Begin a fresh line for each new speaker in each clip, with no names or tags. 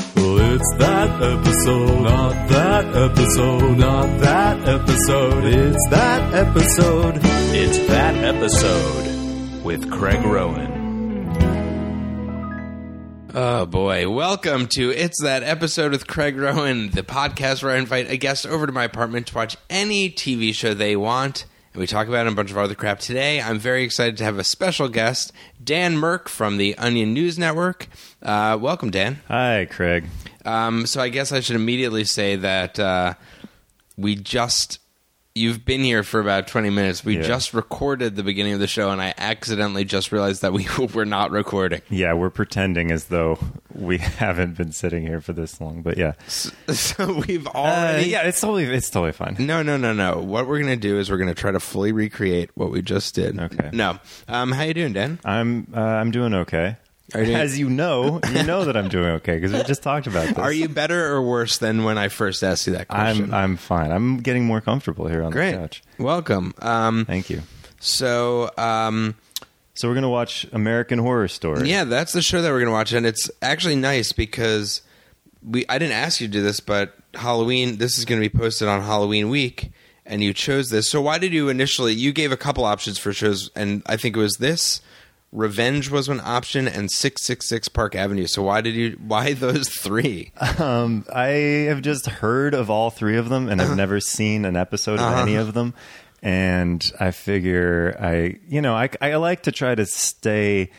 It's that episode, not that episode, not that episode. It's that episode.
It's that episode with Craig Rowan.
Oh boy. Welcome to It's That Episode with Craig Rowan, the podcast where I invite a guest over to my apartment to watch any TV show they want. And we talk about a bunch of other crap today. I'm very excited to have a special guest, Dan Merck from the Onion News Network. Uh, welcome, Dan.
Hi, Craig.
Um, so I guess I should immediately say that uh, we just. You've been here for about 20 minutes. We
Yeah.
just recorded the beginning of the show, and I accidentally just realized that we were not recording.
Yeah, we're pretending as though we haven't been sitting here for this long, but yeah,
So we've
uh,
already.
yeah, it's totally it's totally fine.
No, no, no, no. What we're gonna do is we're gonna try to fully recreate what we just did.
Okay.
No. Um, how you doing, Dan?
I'm uh, I'm doing okay.
Are you-
As you know, you know that I'm doing okay because we just talked about this.
Are you better or worse than when I first asked you that question?
I'm I'm fine. I'm getting more comfortable here on
Great.
the couch.
Welcome. Um,
Thank you.
so um,
So we're gonna watch American Horror Story.
yeah, that's the show that we're gonna watch, and it's actually nice because we I didn't ask you to do this, but Halloween. This is gonna be posted on Halloween week. And you chose this. So why did you initially? You gave a couple options for shows, and I think it was this. Revenge was an option, and six six six Park Avenue. So why did you? Why those three?
Um, I have just heard of all three of them, and
Uh-huh.
I've never seen an episode of any of them. And I figure I, you know, I, I like to try to stay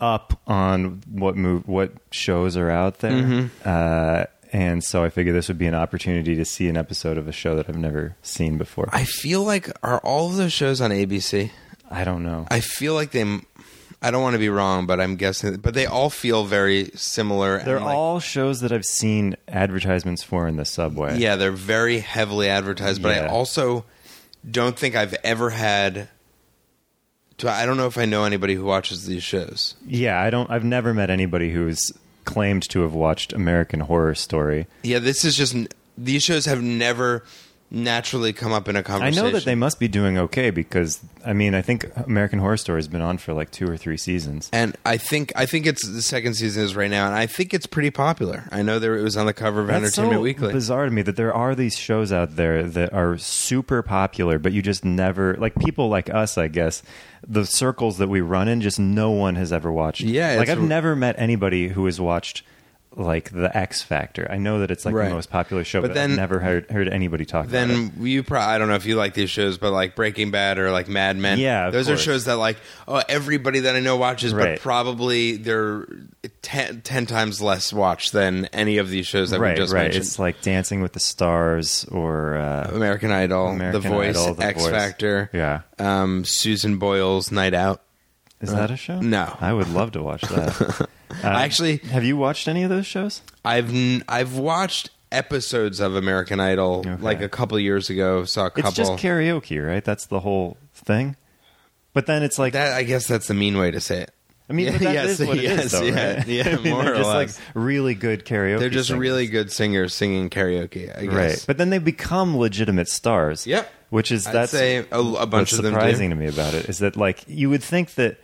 up on what move, what shows are out there.
Mm-hmm.
Uh, and so I figure this would be an opportunity to see an episode of a show that I've never seen before. I,
I feel like are all of those shows on ABC?
don't know.
I feel like they. I don't want to be wrong, but I'm guessing. But they all feel very similar. and
They're
like-
all shows that I've seen advertisements for in the subway.
Yeah, they're very heavily advertised, but I
Yeah.
also don't think I've ever had. Do I I don't know if I know anybody who watches these shows.
Yeah, I don't. I've never met anybody who's claimed to have watched American Horror Story.
Yeah, this is just these shows have never naturally come up in a
I
conversation.
know that they must be doing okay because I mean I think American Horror Story has been on for like two or three seasons.
And I think I think it's the second season is right now, and I think it's pretty popular. I know there it was on the cover of
That's
Entertainment
so
Weekly.
bizarre to me that there are these shows out there that are super popular, but you just never like people like us. I guess the circles that we run in, just no one has ever watched.
Yeah,
like
it's-
I've never met anybody who has watched like the X Factor. I know that it's like
Right.
the most popular show,
But
but,
then-
I've never heard, heard anybody talk. about it.
then you probably I don't know if you like these shows, but like Breaking Bad or like Mad Men.
Yeah, of
those are
course.
shows that like oh everybody that I know watches, but
Right.
probably they're ten, 10 times less watched than any of these shows that
right,
we just
right,
mentioned.
it's like Dancing with the Stars or uh,
American Idol,
American
The Voice,
Idol, The
X
Voice.
Factor,
Yeah.
um, Susan Boyle's Night Out.
Is that a show?
no.
I would love to watch that. Uh,
Actually-
have you watched any of those shows?
I've n- I've watched episodes of American Idol
Okay.
like a couple years ago. Saw a couple.
It's just karaoke, right? That's the whole thing. But then it's like
that I guess that's the mean way to say it.
I mean, but that
yes,
is what it is,
yes,
though,
yeah,
right?
yeah,
I mean,
more
they're
or
just
less.
like really good karaoke.
They're just
singers.
really good singers singing karaoke. I guess.
right. But then they become legitimate stars.
Yep.
Which is
I'd
that's
say a- a
what's
bunch of them do.
surprising to me about it is that like you would think that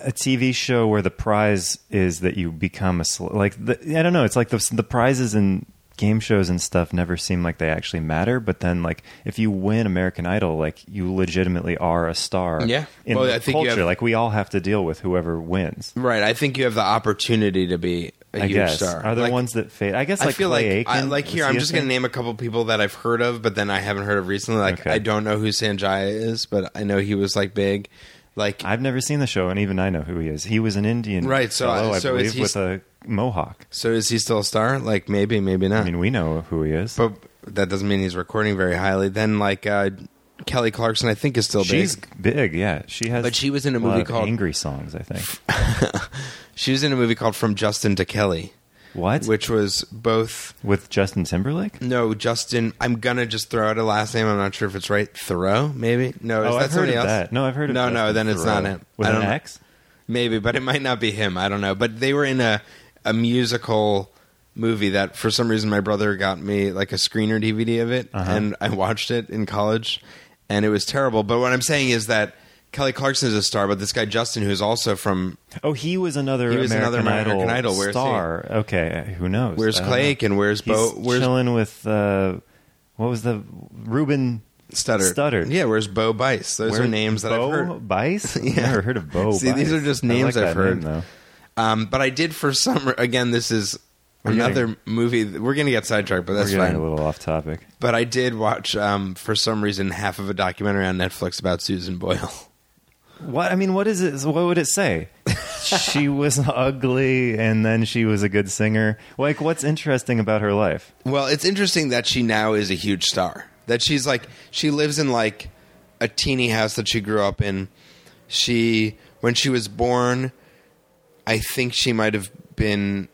a TV show where the prize is that you become a cel- like the, I don't know. It's like the the prizes in game shows and stuff never seem like they actually matter. But then like if you win American Idol, like you legitimately are a star.
Yeah.
In
Well,
the
I think you
culture,
have-
like we all have to deal with whoever wins.
Right. I think you have the opportunity to be a
I
huge
guess
star.
are there
Like,
ones that fade? I guess
I
like
feel
Clay
like I,
Aiken,
like here
was
I'm
he a
just going to
thing?
name a couple people that I've heard of, but then I haven't heard of recently. Like
Okay.
I don't know who Sanjaya is, but I know he was like big. Like
I've never seen the show, and even I know who he is. He was an Indian,
Right, so I-
fellow, I
so
believe,
is he-
with a mohawk.
so is he still a star? Like maybe, maybe not.
I mean, we know who he is.
but that doesn't mean he's recording very highly. Then like uh, Kelly Clarkson, I think is still
She's
big.
big, yeah. She has,
But she was in a
lot
movie
of
called-
"Angry Songs," I think.
She was in a movie called From Justin to Kelly,
What?
which was both
with Justin Timberlake?
No, Justin. I'm gonna just throw out a last name. I'm not sure if it's right. Thoreau, maybe. No, is
oh,
that
I've heard
somebody
of
else?
that. No, I've heard of
No, no.
Justin
Then it's
Thoreau.
not him.
With
I don't
an
know.
X?
Maybe, but it might not be him. I don't know. But they were in a a musical movie that for some reason my brother got me like a screener
Uh-huh.
DVD of it, and I watched it in college, and it was terrible. But what I'm saying is that Kelly Clarkson is a star, but this guy Justin, who's also from
Oh, he was another
He was
American
another American
Idol,
Idol. Where's he?
star. Okay, who knows?
Where's
I don't
Clay
know.
Aiken? Where's
Uh-huh. He's
Bo? Where's
chilling with uh, what was the Ruben
Stutter?
Stutter.
Yeah, where's Bo Bice? Those are
Where-
names that
Bo
I've heard.
Bice? I've
Yeah.
never heard of Bo.
See, these
Bice.
are just
I
names
like
I've
that name,
heard.
though.
Um, but I did for some. Again, this is
We're getting-
another movie. that- We're going to get sidetracked, but
We're
that's
getting
fine.
a little off topic.
But I did watch, um, for some reason, half of a documentary on Netflix about Susan Boyle.
What I mean, what is it? What would it say? she was ugly, and then she was a good singer. Like, what's interesting about her life?
Well, it's interesting that she now is a huge star. That she's like she lives in like a teeny house that she grew up in. She when she was born, I think she might have been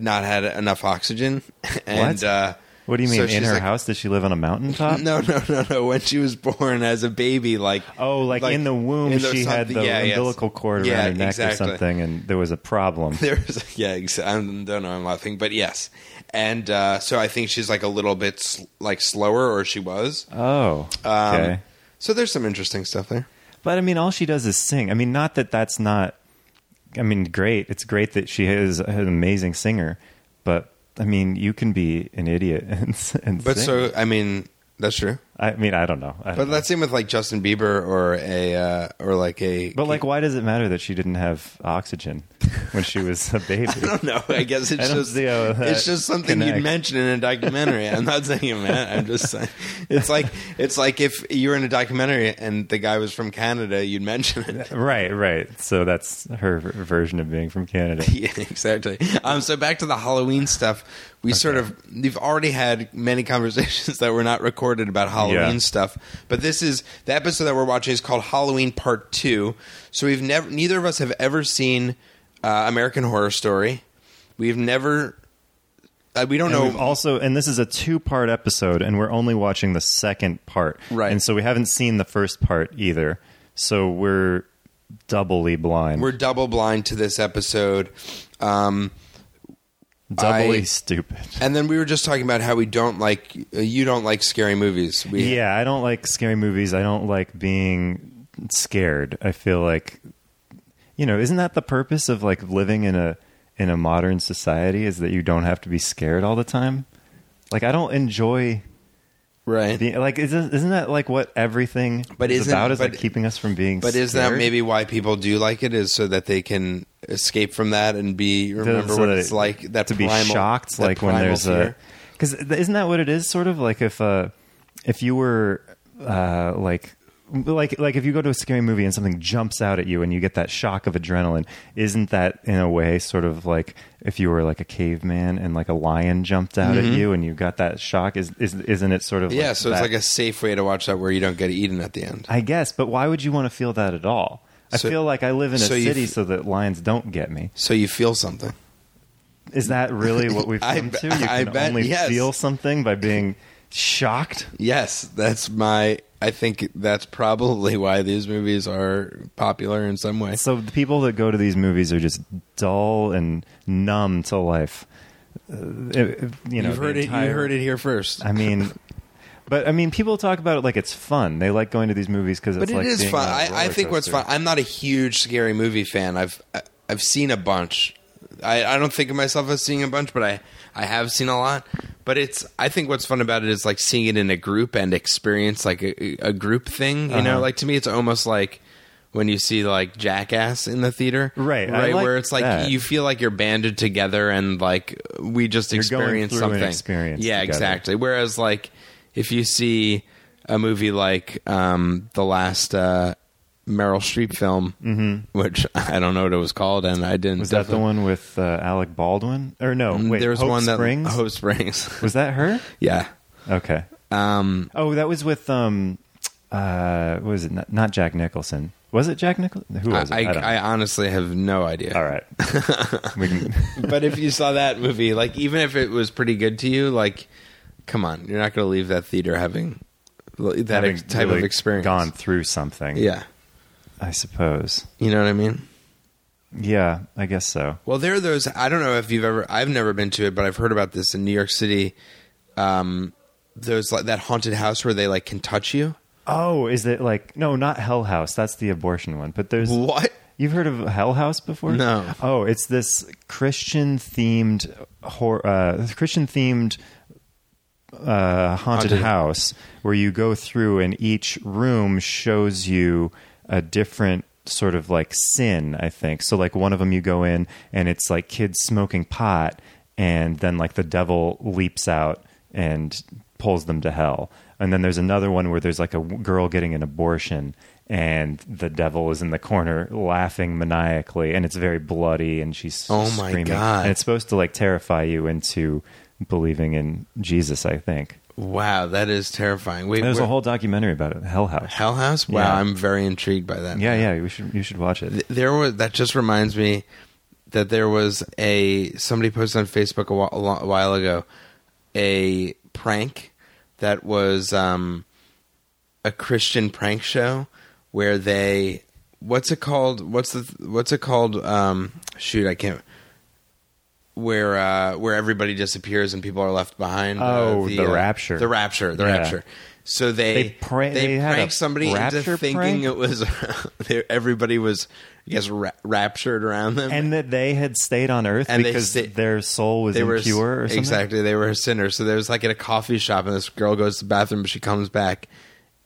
not had enough oxygen. And
What?
uh
What do you mean?
so
in
she's
her
like-
house, did she live on a mountaintop?
No, no, no, no. When she was born as a baby, like
Oh, like, in the womb,
in
she had
something-
the
yeah, yes.
umbilical cord
Yeah,
around her neck
exactly.
or something, and there was a problem.
There was, yeah, ex- I don't know, I'm laughing, but yes. And uh, so I think she's like a little bit sl- like slower, or she was.
Oh,
Um,
okay.
So there's some interesting stuff there.
But I mean, all she does is sing. I mean, not that that's not. I mean, great. It's great that she is an amazing singer, but I mean, you can be an idiot and, s- and
But
sing.
so I mean, that's true.
I mean, I don't know. I don't
But
know.
that's same with like Justin Bieber or a uh, or like a.
But like, why does it matter that she didn't have oxygen when she was a baby?
I don't know. I guess it's
I don't
just
see how that
it's just something you'd
connects.
mention in a documentary. I'm not saying it, man. I'm just saying it's like it's like if you were in a documentary and the guy was from Canada, you'd mention it.
Right, right. So that's her v- version of being from Canada.
Yeah, exactly. Um, so back to the Halloween stuff. We sort of we've already had many conversations that were not recorded about Halloween
Yeah.
stuff, but this is the episode that we're watching is called Halloween Part Two. So we've never, neither of us have ever seen uh, American Horror Story. We've never, uh, we don't
And
know.
we've also, and this is a two-part episode, and we're only watching the second part,
Right.
And so we haven't seen the first part either. So we're doubly blind,
we're double blind to this episode. Um,
doubly
I-
stupid.
and then we were just talking about how we don't like uh, you don't like scary movies. We,
Yeah, I don't like scary movies. I don't like being scared. I feel like you know, isn't that the purpose of like living in a in a modern society is that you don't have to be scared all the time? Like I don't enjoy
right.
being like isn't, isn't that like what everything
But
is
isn't-
about is
but-
like keeping us from being
But is that
scared?
maybe why people do like it? Is so that they can escape from that and be remember
so
what
that
it's
it-
like that
to
primal-
be shocked
that
like when
primal
there's
fear.
a because isn't that what it is sort of like if uh if you were uh like like like if you go to a scary movie and something jumps out at you and you get that shock of adrenaline isn't that in a way sort of like if you were like a caveman and like a lion jumped out at you and you got that shock is, is isn't it sort of
Mm-hmm. yeah.
like
So
that-
it's like a safe way to watch that where you don't get eaten at the end.
I guess but why would you want to feel that at all I
So-
feel like I live in a
so you
city
f-
so that lions don't get me
So you feel something.
Is that really what we've
I
come
be-
to? You
I
can
bet,
only
yes.
feel something by being shocked.
Yes, that's my. I think that's probably why these movies are popular in some way.
So the people that go to these movies are just dull and numb to life. Uh, it- it- you know,
You've
the
heard it. You
entire-
heard it here first.
I mean, but I mean, people talk about it like it's fun. They like going to these movies because it's
but
like
it is
being on
fun.
a roller
I, I think what's
coaster.
fun. I'm not a huge scary movie fan. I've I- I've seen a bunch. I, I don't think of myself as seeing a bunch, but I I have seen a lot. But it's I think what's fun about it is like seeing it in a group and experience like a, a group thing. You know,
Uh-huh.
like to me, it's almost like. When you see like Jackass in the theater,
Right, I
right,
like
where it's like
that.
you feel like you're banded together and like we just
You're going
experience
through an
something.
experience
yeah,
together.
exactly. Exactly. Whereas, like, if you see a movie like um, the last uh, Meryl Streep film, which I don't know what it was called, and I didn't.
Mm-hmm. Was that the one with uh, Alec Baldwin? Or no, wait,
Mm, there was
Hope
one that
Springs?
Hope Springs.
was that her?
yeah.
Okay.
Um,
Oh, that was with um, uh, what was it? Not, not Jack Nicholson. Was it Jack Nicholson? Who was
I,
it? don't know.
I, I honestly have no idea.
All right. we can,
but if you saw that movie, like, even if it was pretty good to you, like, come on, you're not going to leave that theater having that
having
ex- type
really
of experience.
gone through something.
Yeah.
I suppose.
You know what I mean?
Yeah, I guess so.
Well, there are those. I don't know if you've ever. I've never been to it, but I've heard about this in New York City. Um, there's like that haunted house where they like can touch you.
Oh, is it like no, not Hell House. That's the abortion one. But there's
What?
You've heard of Hell House before?
No.
Oh, it's this Christian themed hor- uh, Christian themed uh, haunted
Haunted.
house where you go through and each room shows you a different sort of like sin. I think so. Like one of them, you go in and it's like kids smoking pot, and then like the devil leaps out and pulls them to hell. And then there's another one where there's like a w- girl getting an abortion and the devil is in the corner laughing maniacally and it's very bloody and she's
Oh my
screaming
God.
and it's supposed to like terrify you into believing in Jesus, I think.
Wow, that is terrifying. Wait,
There's a
where-
whole documentary about it, Hell House.
Hell House. Wow,
Yeah.
I'm very intrigued by that.
Yeah, yeah, you should you should watch it.
Th- there was that just reminds me that there was a somebody posted on Facebook a, wh- a lo- a while ago a prank that was um, a Christian prank show where they what's it called what's the what's it called um, shoot I can't where uh, where everybody disappears and people are left behind uh,
Oh, the rapture.
the rapture the
Yeah.
rapture so they
They pra- they had a
pranked somebody into
rapture
thinking
prank?
it was they- everybody was I guess ra- raptured around them
And that they had stayed on earth
And they
because
sta-
their soul was
they were
impure or something.
exactly they were a sinner so there was like at a coffee shop and this girl goes to the bathroom but she comes back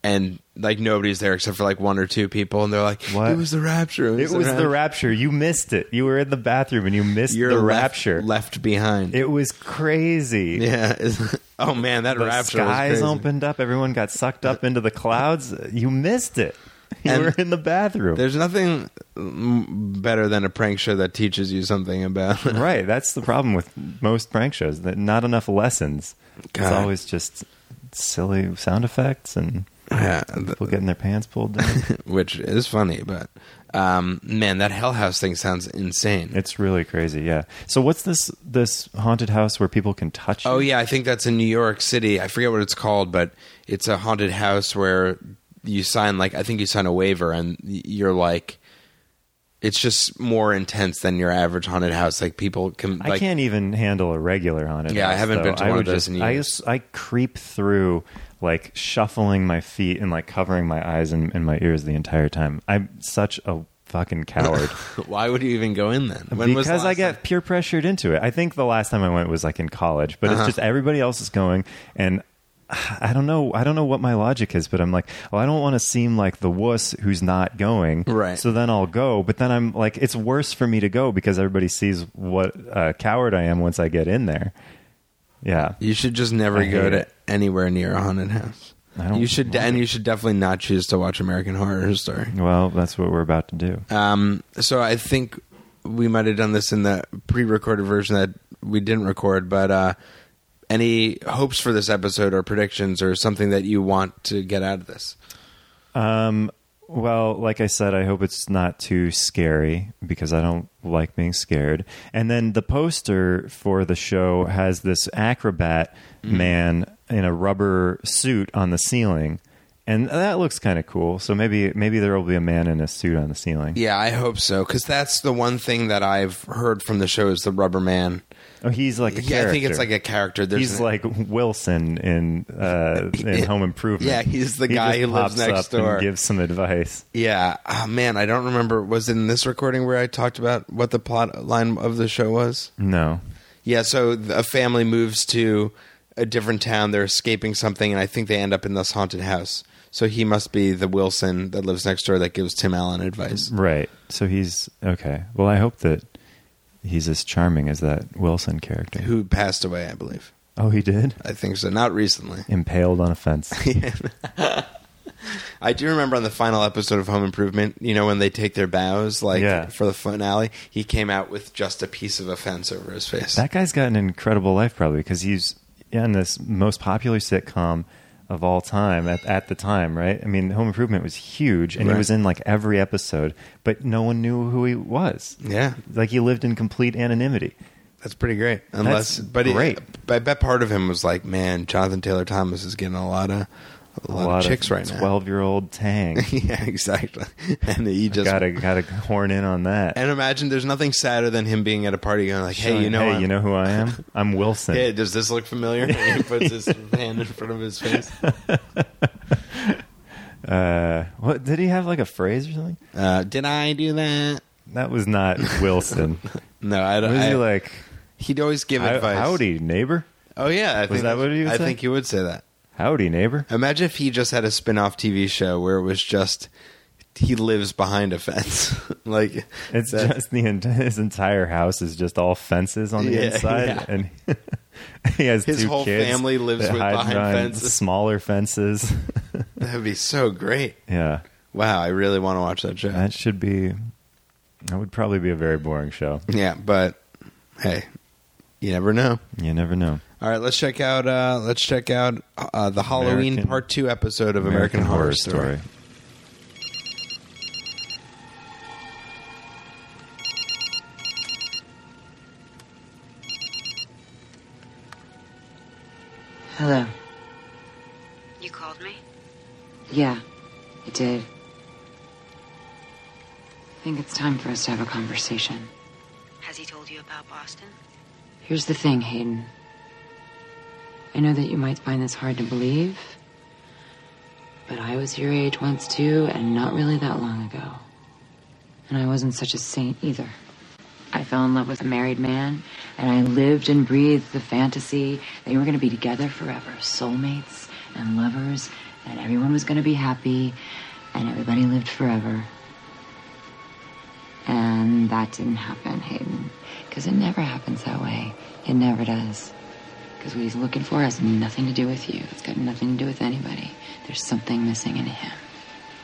and like nobody's there except for like one or two people and they're like
What?
it was the rapture
It was the rapture. You missed it. You were in the bathroom and you missed
You're
the
left-
rapture.
left behind
It was crazy.
yeah it's- oh man that
The
rapture was
skies
crazy. Uh,
opened up. Everyone got sucked up into the clouds. You missed it. You
And
were in the bathroom.
there's nothing mm, better than a prank show that teaches you something about
right. That's the problem with most prank shows. That not enough lessons. It's
God.
always just silly sound effects and
Yeah, th-
people getting their pants pulled down.
which is funny, but um, man, that Hell House thing sounds insane.
it's really crazy. Yeah. So what's this this haunted house where people can touch? you?
oh yeah, I think that's in New York City. I forget what it's called, but it's a haunted house where you sign like I think you sign a waiver, and y- you're like, it's just more intense than your average haunted house. Like people can,
I
like,
can't even handle a regular haunted.
Yeah, I
house,
haven't
though.
been to
I
one
would
of those
just,
in
I
years.
just, I creep through like shuffling my feet and like covering my eyes and, and my ears the entire time. I'm such a fucking coward
Why would you even go in then? When was the
because I
last
get
time-
peer pressured into it. I think the last time I went was like in college, but
Uh-huh.
it's just everybody else is going and. I don't know. I don't know what my logic is, but I'm like, well, I don't want to seem like the wuss who's not going.
Right.
So then I'll go, but then I'm like, it's worse for me to go because everybody sees what a coward I am once I get in there. Yeah.
You should just never
I hate
go to
it.
anywhere near a haunted house.
I don't
You should,
want
and you should definitely not choose to watch American Horror Story.
Well, that's what we're about to do.
Um, so I think we might have done this in the pre-recorded version that we didn't record, but uh, any hopes for this episode or predictions or something that you want to get out of this?
Um, well, like I said, I hope it's not too scary because I don't like being scared. And then the poster for the show has this acrobat
Mm-hmm.
man in a rubber suit on the ceiling. And that looks kind of cool. So maybe maybe there will be a man in a suit on the ceiling.
Yeah, I hope so because that's the one thing that I've heard from the show is the Rubber Man.
Oh, he's like a
Yeah, I think
character.
it's like a character. There's
he's
an-
like Wilson in uh, in Home Improvement.
Yeah, he's the
He
guy
just
who lives
pops
next
up
door.
and gives some advice.
yeah, oh, man, I don't remember. Was it in this recording where I talked about what the plot line of the show was?
No,
Yeah, so th- a family moves to a different town. They're escaping something, and I think they end up in this haunted house. So he must be the Wilson that lives next door that gives Tim Allen advice.
Right. So he's okay. Well, I hope that he's as charming as that Wilson character.
Who passed away, I believe.
Oh, he did?
I think so. Not recently.
Impaled on a fence.
I do remember on the final episode of Home Improvement, you know, when they take their bows, like
Yeah.
for the finale, he came out with just a piece of a fence over his face.
that guy's got an incredible life probably because he's in this most popular sitcom of all time at, at the time, right? I mean, Home Improvement was huge and
Right.
he was in like every episode, but no one knew who he was.
yeah,
Like he lived in complete anonymity.
that's pretty great. Unless, but he-
great.
I bet part of him was like, man, Jonathan Taylor Thomas is getting a lot of a lot, of chicks right now.
12 year old Tang.
yeah, exactly. And he just
gotta, gotta horn in on that.
and imagine there's nothing sadder than him being at a party going like, "Hey, you know,
hey,
I'm-
you know who I am? I'm Wilson.
hey, does this look familiar?" And he puts his hand in front of his face.
Uh, what did he have like a phrase or something?
Uh, did I do that?
That was not Wilson.
No, I don't.
was
I-
he like?
He'd always give
"How-
advice.
Howdy neighbor.
Oh yeah, I think
that what he would
I
say?
think he would say that.
Howdy neighbor.
Imagine if he just had a spin-off TV show where it was just he lives behind a fence. like
It's
that-
just the ent- his entire house is just all fences on the
Yeah,
inside,
yeah.
and he has
His
two
whole
kids
family lives
that
with
hide
behind
behind
fences.
smaller fences.
that would be so great.
yeah,
Wow, I really want to watch that show.
that should be. That would probably be a very boring show.
yeah, but hey, you never know.
You never know.
All right, let's check out uh, let's check out uh, the Halloween
American-
Part Two episode of American, Horror, Story.
Hello.
You called me?
Yeah, I did. I think it's time for us to have a conversation.
Has he told you about Boston?
Here's the thing, Hayden. I know that you might find this hard to believe, but I was your age once too, and not really that long ago. And I wasn't such a saint either. I fell in love with a married man, and I lived and breathed the fantasy that we were going to be together forever soulmates and lovers, and everyone was going to be happy, and everybody lived forever. And that didn't happen, Hayden. Because it never happens that way. It never does. Because what he's looking for has nothing to do with you. It's got nothing to do with anybody. There's something missing in him.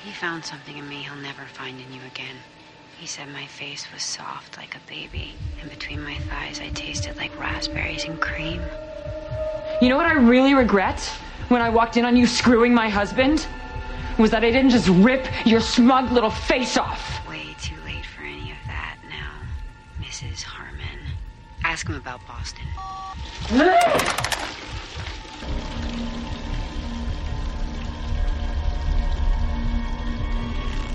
He found something in me he'll never find in you again. He said my face was soft like a baby, and between my thighs I tasted like raspberries and cream.
You know what I really regret when I walked in on you screwing my husband? Was that I didn't just rip your smug little face off.
Way too late for any of that now, Mrs. Harmon. Ask him about Boston.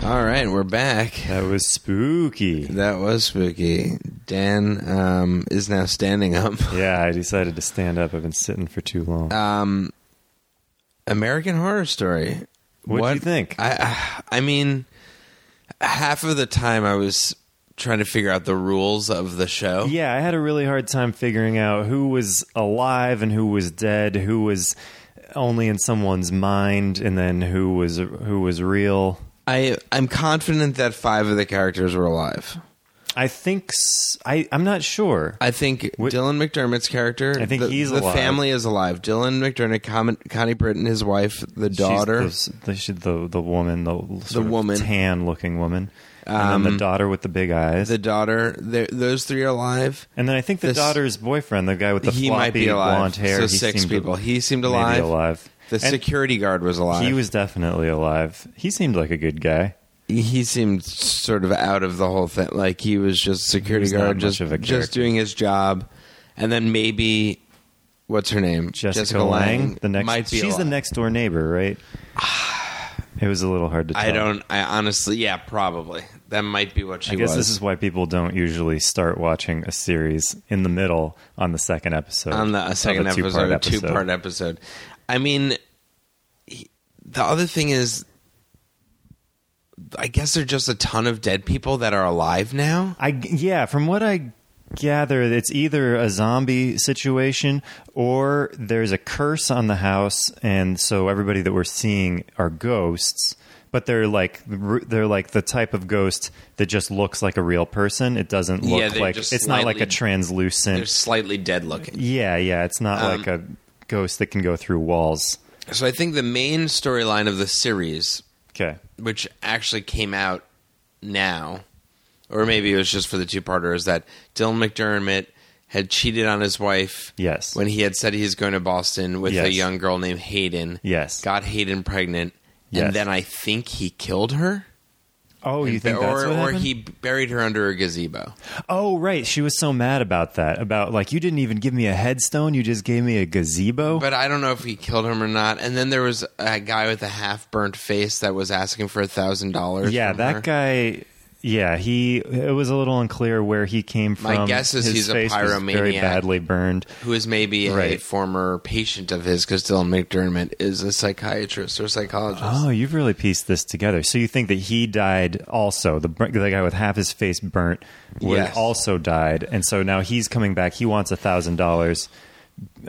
All right, we're back.
That was spooky.
That was spooky. Dan um, is now standing up.
Yeah, I decided to stand up. I've been sitting for too long.
Um, American Horror Story.
What'd you think?
I I I mean, half of the time I was trying to figure out the rules of the show.
Yeah, I had a really hard time figuring out who was alive and who was dead, who was only in someone's mind, and then who was who was real.
I I'm confident that five of the characters were alive.
I think s- I am not sure.
I think
Wh-
Dylan McDermott's character.
I think
the,
he's
the
alive.
family is alive. Dylan McDermott, Con- Connie Britton, his wife, the daughter.
She's the, the, she- the the woman, the sort of
woman. Um,
tan looking woman, and then the daughter with the big eyes,
the daughter, They're- those three are alive.
and then I think the
this-
daughter's boyfriend, the guy with the
he
floppy
might be alive.
blonde hair,
So
he
six
seemed
people. he seemed
maybe
alive.
alive.
The
And
security guard was alive.
He was definitely alive. He seemed like a good guy.
he seemed sort of out of the whole thing. Like he was just security
He was not
guard,
much
just
of a
just
character.
doing his job, and then maybe what's her name,
Jessica, Lang, the next
might be.
she's the
alive.
next door neighbor, right? it was a little hard to tell.
I don't. I honestly, yeah, probably that might be what she
I guess
was.
this is why people don't usually start watching a series in the middle on the second episode.
on the
of
a second
two-part
episode, a two part episode. I mean, he- the other thing is, I guess there's just a ton of dead people that are alive now.
I yeah, from what I gather, it's either a zombie situation or there's a curse on the house, and so everybody that we're seeing are ghosts. But they're like they're like the type of ghost that just looks like a real person. It doesn't
Yeah,
look
they're
like
just
it's not like a
slightly- They're
translucent.
slightly dead looking.
Yeah, yeah, it's not like a
Um,
ghost that can go through walls.
So I think the main storyline of the series
Okay,
which actually came out now, or maybe it was just for the two parter, is that Dylan McDermott had cheated on his wife.
Yes.
When he had said he's going to Boston with a
Yes.
young girl named Hayden.
Yes.
Got Hayden pregnant.
Yes.
And then I think he killed her.
Oh, you think
or
that's what
or
happened?
he buried her under a gazebo.
Oh, right. She was so mad about that. About like you didn't even give me a headstone. You just gave me a gazebo.
But I don't know if he killed him or not. And then there was a guy with a half burnt face that was asking for a thousand dollars.
yeah,
from
that
her.
guy. yeah, he it was a little unclear where he came from.
My guess is
His
he's a
face was very
pyromaniac.
badly burned.
who is maybe a
Right.
former patient of his because Dylan McDermott is a psychiatrist or psychologist.
Oh, you've really pieced this together. So you think that he died also? The, br- the guy with half his face burnt was
Yes.
also died, and so now he's coming back. He wants a thousand dollars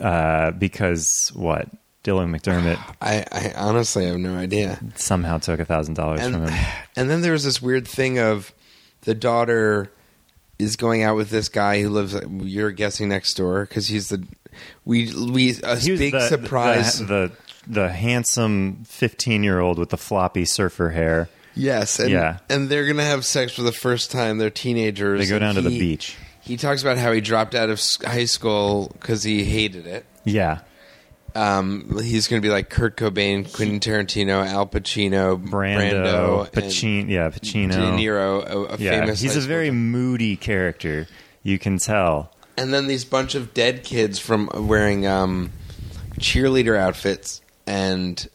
uh, because what? Dylan McDermott
I, I honestly have no idea.
somehow took a thousand dollars from
And,
him.
and then there was this weird thing of the daughter is going out with this guy who lives you're guessing next door because he's the we we a
He was
big
the-
surprise
The, the the handsome fifteen year old with the floppy surfer hair.
yes and
Yeah.
and they're gonna have sex for the first time they're teenagers
They go down
and
to the
he-
beach.
he talks about how he dropped out of s- high school because he hated it
Yeah,
um, he's going to be like Kurt Cobain, Quentin Tarantino, Al Pacino,
Brando,
and
Pacino. Yeah, Pacino.
De Niro, a, a
yeah,
famous.
he's
high
a very
school-
moody character. You can tell.
and then these bunch of dead kids from wearing um, cheerleader outfits and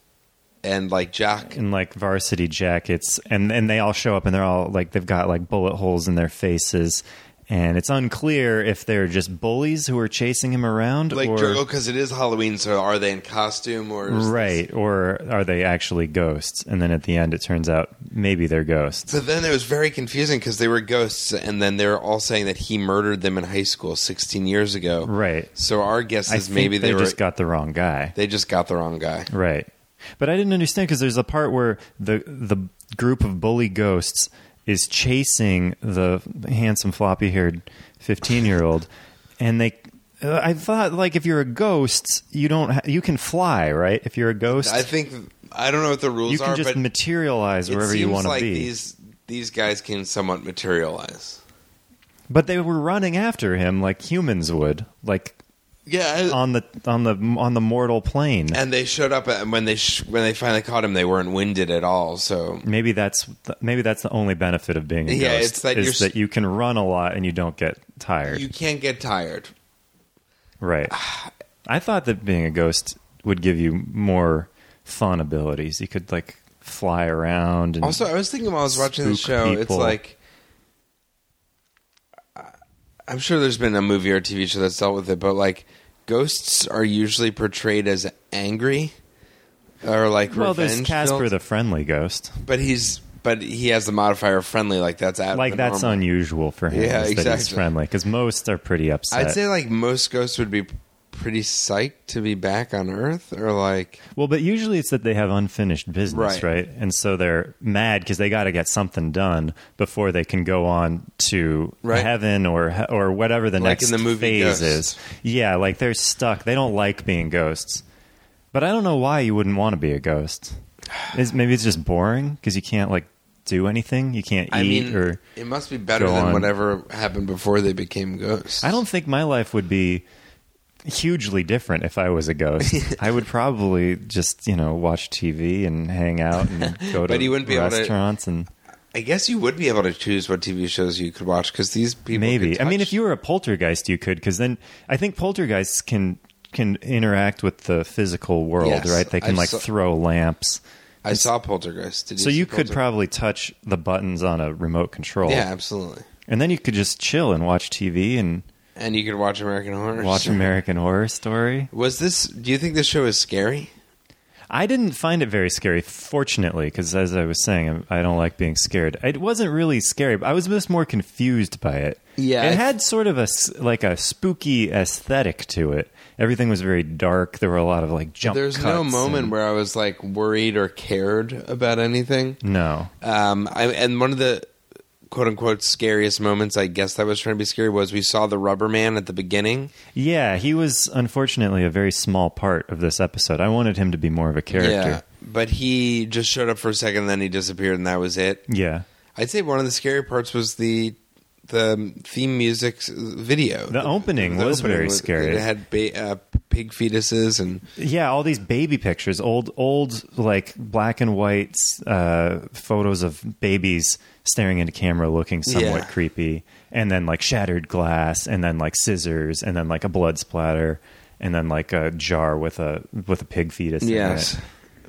and like jock.
in like varsity jackets and and they all show up and they're all like they've got like bullet holes in their faces and it's unclear if they're just bullies who are chasing him around
Like
or
because it is Halloween, so are they in costume or is this-
right or are they actually ghosts and then at the end it turns out maybe they're ghosts
But then it was very confusing because they were ghosts, and then they were all saying that he murdered them in high school 16 years ago.
right
So our guess
I
is
think
maybe
they,
they, were
just got the wrong guy
they just got the wrong guy.
Right. But I didn't understand because there's a part where the the group of bully ghosts is chasing the handsome floppy haired fifteen year old, and they. uh, I thought like if you're a ghost, you don't ha- you can fly, right? If you're a ghost,
I think I don't know what the rules
you can
are,
just
but
materialize
it
wherever
seems
you want to
like
be.
these these guys can somewhat materialize.
But they were running after him like humans would, like
Yeah,
on the on the on the mortal plane.
and they showed up and when they sh- when they finally caught him. They weren't winded at all. So
maybe that's maybe that's the only benefit of being a
Yeah,
ghost
it's that
is
you're s-
that you can run a lot and you don't get tired.
you Ah. can't get tired.
Right. I thought that being a ghost would give you more fun abilities. You could like fly around and
Also, I was thinking while I was watching the
Spook
show, it's
people.
like I- I'm sure there's been a movie or a TV show that's dealt with it, but like ghosts are usually portrayed as angry or like
well, there's
revenge
Casper
filled.
the friendly ghost.
But he's but he has the modifier of friendly, like that's at
Like
the
that's
normal.
unusual for him.
Yeah,
is That he's
exactly.
friendly because most are pretty upset.
I'd say like most ghosts would be pretty psyched to be back on Earth, or like
well, but usually it's that they have unfinished business,
Right.
right? And so they're mad because they got to get something done before they can go on to
Right.
heaven or he- or whatever the
Like
next
in the movie
phase
Ghost.
is. Yeah, like they're stuck. They don't like being ghosts. But I don't know why you wouldn't want to be a ghost. It's, maybe it's just boring because you can't like do anything. You can't eat
I mean,
or.
it must be better
go
than
on.
whatever happened before they became ghosts.
I don't think my life would be hugely different if I was a ghost. I would probably just you know watch TV and hang out and go to
But you wouldn't be able to-
restaurants and
I guess you would be able to choose what TV shows you could watch because these people
maybe.
could
I mean,
touch-
if you were a poltergeist, you could because then I think poltergeists can can interact with the physical world,
Yes.
right? They can
I've
like
saw-
throw lamps.
I saw Poltergeist. Did
So
see
you could
Polter-
probably touch the buttons on a remote control,
yeah, absolutely.
and then you could just chill and watch TV and
And you could watch American Horror.
watch
Story.
American Horror Story.
Was this? Do you think this show is scary?
I didn't find it very scary, fortunately, because as I was saying, I I don't like being scared. It wasn't really scary, but I was just more confused by it.
Yeah, I
it
th-
had sort of a s- like a spooky aesthetic to it. Everything was very dark. There were a lot of like jump.
There's no
Oh, cuts
moment
and-
where I was like worried or cared about anything.
no.
Um, I, and one of the quote unquote scariest moments, I guess that was trying to be scary, was we saw the rubber man at the beginning.
Yeah, he was unfortunately a very small part of this episode. I wanted him to be more of a character.
But he just showed up for a second, then he disappeared, and that was it.
Yeah.
I'd say one of the scary parts was the the theme music s- video.
The opening was very scary.
It had ba- uh, pig fetuses and
Yeah, all these baby pictures, old, old, like black and white uh, photos of babies staring into camera, looking somewhat
Yeah.
creepy, and then like shattered glass, and then like scissors, and then like a blood splatter, and then like a jar with a with a pig fetus. in it. Um,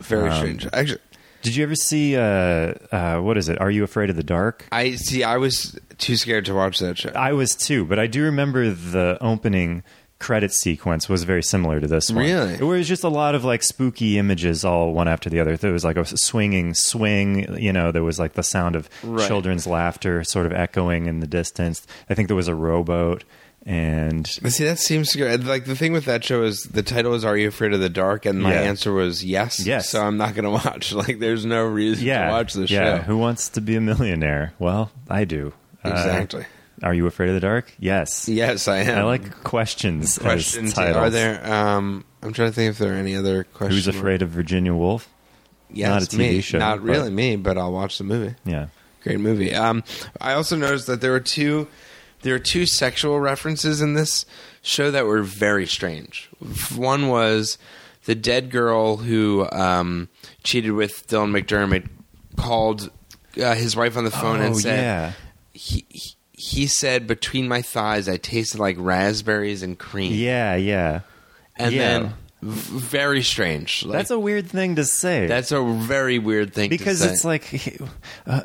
very strange. Actually,
Did you ever see uh, uh, what is it? Are you afraid of the dark?
I see. I was too scared to watch that show.
I was too, but I do remember the opening credit sequence was very similar to this one.
Really?
It was just a lot of like spooky images all one after the other. There was like a swinging swing, you know, there was like the sound of
Right.
children's laughter sort of echoing in the distance. I think there was a rowboat and
But see, that seems scary. Like the thing with that show is the title is "Are You Afraid of the Dark?" and my
Yeah.
answer was yes.
Yes.
So I'm not going to watch. Like, there's no reason
yeah,
to watch this
yeah.
show.
Who wants to be a millionaire? Well, I do. Uh,
exactly.
are you afraid of the dark? Yes.
yes, I am.
I like questions. as
questions.
titles.
Are there? Um, I'm trying to think if there are any other questions.
Who's afraid of Virginia Woolf?
Yes,
Not a
me.
TV show,
Not
but-
really me, but I'll watch the movie.
Yeah.
Great movie. Um, I also noticed that there were two there were two sexual references in this show that were very strange. One was the dead girl who um, cheated with Dylan McDermott called uh, his wife on the phone and
Oh,
said
yeah.
he, he he said between my thighs I tasted like raspberries and cream.
Yeah, yeah.
and
yeah.
then v- very strange. Like,
That's a weird thing to say.
that's a very weird thing to
because
say.
it's like, uh,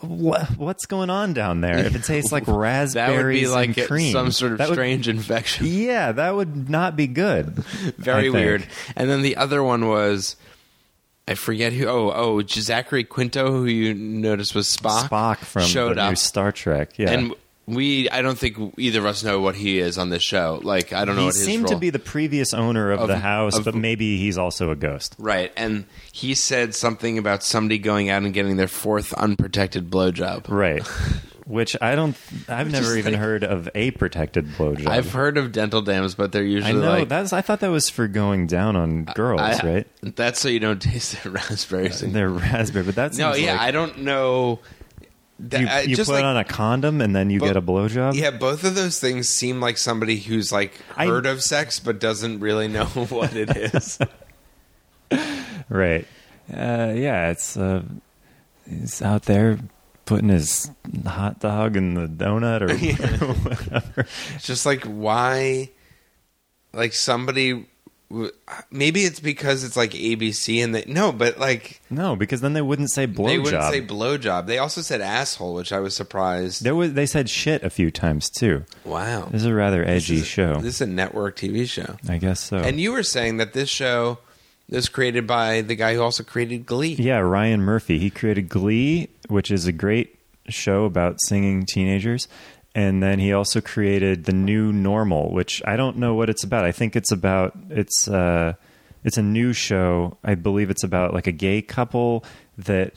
wha- what's going on down there? If it tastes like raspberries
that would be like
and cream,
some sort of
that would-
strange infection.
yeah, that would not be good.
Very
I think.
weird. And then the other one was I forget who. Oh, oh, Zachary Quinto, who you noticed was Spock.
Spock from
showed
the
up,
new Star Trek. Yeah,
and we. I don't think either of us know what he is on this show. Like I don't know.
he
what his
seemed to
role-
be the previous owner of,
Of-
the house,
of-
but maybe he's also a ghost.
right. And he said something about somebody going out and getting their fourth unprotected blowjob.
Right. Which I don't. I've never
Just
even
like-
heard of a protected blowjob.
I've heard of dental dams, but they're usually
I know
like
that's. I thought that was for going down on girls,
I-
right?
That's so you don't taste the raspberries. and-
They're raspberry, but that's
no, yeah, I don't know. That-
you,
I-
you
just
put
like-
on a condom and then you
Bo-
get a blowjob.
Yeah, both of those things seem like somebody who's like
Um, I-
heard of sex but doesn't really know what it is.
Right. Uh, yeah, it's uh, he's out there putting his hot dog in the donut or whatever.
It's just like why like somebody w- maybe it's because it's like ABC and they no, but like
No, because then they wouldn't say blowjob.
they wouldn't say blowjob. They also said asshole, which I was surprised.
there was they said shit a few times too.
Wow.
This is a rather edgy
This is-
show.
This is a network TV show.
I guess so.
And you were saying that this show was created by the guy who also created Glee.
Yeah, Ryan Murphy. He created Glee, which is a great show about singing teenagers. And then he also created The New Normal, which I don't know what it's about. I think it's about it's uh it's a new show. I believe it's about like a gay couple that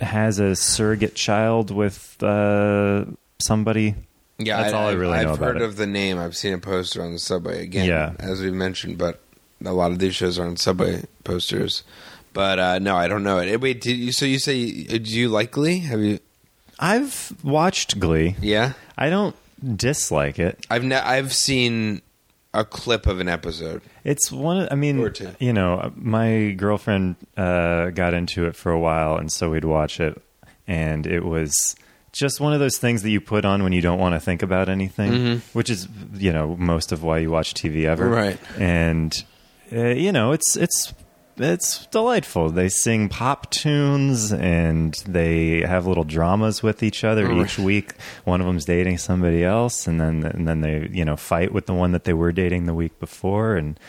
has a surrogate child with uh somebody.
Yeah,
that's all I really
I've
know about
heard
it.
of the name. I've seen a poster on the subway again,
Yeah.
as we mentioned. But a lot of these shows are on subway posters. But uh, no, I don't know it. Eh, Wait, did you? So you say uh, do you like Glee? Have you?
I've watched Glee.
Yeah,
I don't dislike it.
I've ne- I've seen a clip of an episode.
It's one. I mean,
Or two.
you know, my girlfriend uh, got into it for a while, and so we'd watch it, and it was just one of those things that you put on when you don't want to think about anything, which is you know most of why you watch TV ever,
Mm-hmm. Right.
And uh, you know, it's it's. It's delightful. They sing pop tunes and they have little dramas with each other each week. One of them's dating somebody else, and then and then they you know fight with the one that they were dating the week before, and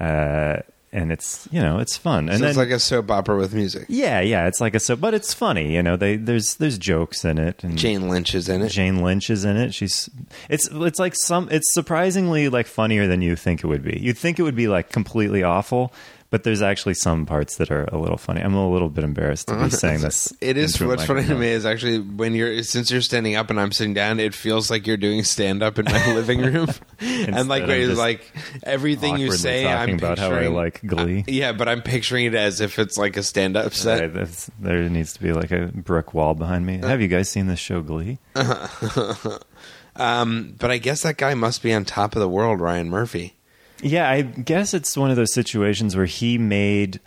uh, and it's you know it's fun. And
so
then
it's like a soap opera with music.
yeah, yeah, it's like a so, but it's funny. You know, they there's there's jokes in it. And
Jane Lynch is in it.
Jane Lynch is in it. She's it's it's like some it's surprisingly like funnier than you think it would be. You'd think it would be like completely awful, but there's actually some parts that are a little funny. I'm a little bit embarrassed to be saying this.
It is.
into a
What's funny to
microphone.
me is actually when you're since you're standing up and I'm sitting down, it feels like you're doing stand up in my living room, and like
Instead
where
of
it's
just
like everything you
awkwardly
say,
talking
I'm
about how I
picturing-
like Glee.
I- yeah, but I'm picturing it as if it's like a stand up set.
Sorry, that's- there needs to be like a brick wall behind
Uh,
me. Have you guys seen this show Glee?
Um, but I guess that guy must be on top of the world, Ryan Murphy.
Yeah, I guess it's one of those situations where he made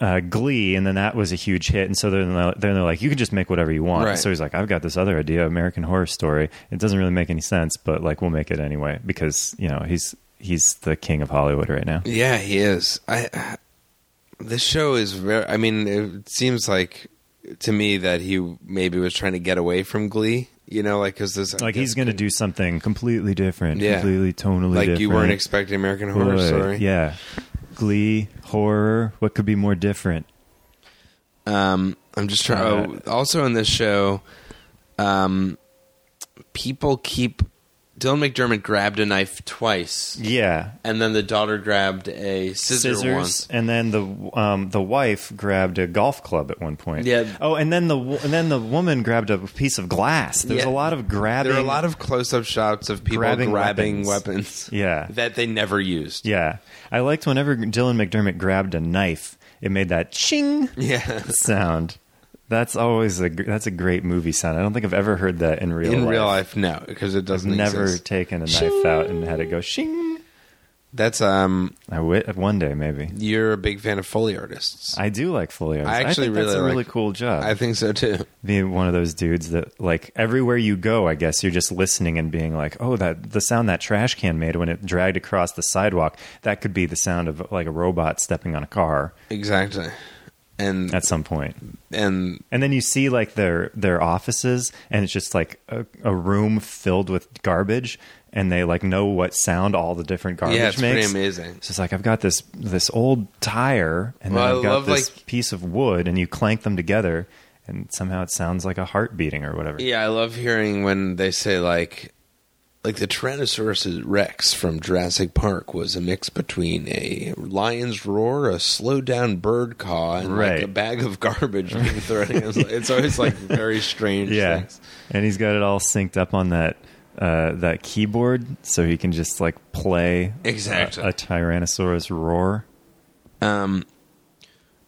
uh, Glee, and then that was a huge hit, and so then they're, then they're like, "You can just make whatever you want."
Right.
So he's like, "I've got this other idea, American Horror Story. It doesn't really make any sense, but like we'll make it anyway because you know he's he's the king of Hollywood right now."
Yeah, he is. I This show is very. I mean, it seems like to me that he maybe was trying to get away from Glee. You know, like because this
Like he's going to do something completely different,
Yeah.
completely tonally
like
different.
you weren't expecting American Horror
Right,
Story.
Yeah. Glee, horror, what could be more different?
Um, I'm just trying. oh, also, in this show, um, people keep Dylan McDermott grabbed a knife twice,
Yeah.
and then the daughter grabbed a scissor
Scissors,
once.
and then the um, the wife grabbed a golf club at one point.
Yeah.
Oh, and then the wo- and then the woman grabbed a piece of glass. There's
Yeah.
a lot of grabbing.
There are a lot of close-up shots of people grabbing,
Grabbing weapons.
weapons.
Yeah.
that they never used.
Yeah, I liked whenever Dylan McDermott grabbed a knife. It made that ching
Yeah,
sound. That's always a gr- that's a great movie sound. I don't think I've ever heard that in real
in
life.
real life, no, because it
I've
doesn't.
never
exist.
taken a knife out and had it go shing.
That's um.
I wit one day maybe.
You're a big fan of foley artists.
I do like Foley artists.
I actually
think
really
that's a really
like-
cool job.
I think so too.
being one of those dudes that like everywhere you go, I guess you're just listening and being like, "Oh, that the sound that trash can made when it dragged across the sidewalk, that could be the sound of like a robot stepping on a car
Exactly. And
at some point."
and
And then you see like their their offices, and it's just like a, a room filled with garbage, and they like know what sound all the different garbage
yeah, it's
makes.
pretty amazing.
So it's like I've got this this old tire, and
Well,
then
I
I've got
love,
this
like-
piece of wood, and you clank them together, and somehow it sounds like a heart beating or whatever.
Yeah, I love hearing when they say like like the Tyrannosaurus Rex from Jurassic Park was a mix between a lion's roar, a slowed down bird caw, and like
Right.
a bag of garbage. being thrown against- it's always like very strange
Yeah.
things.
and he's got it all synced up on that uh, that keyboard, so he can just like play a-
Exactly.
a, Tyrannosaurus roar.
Um,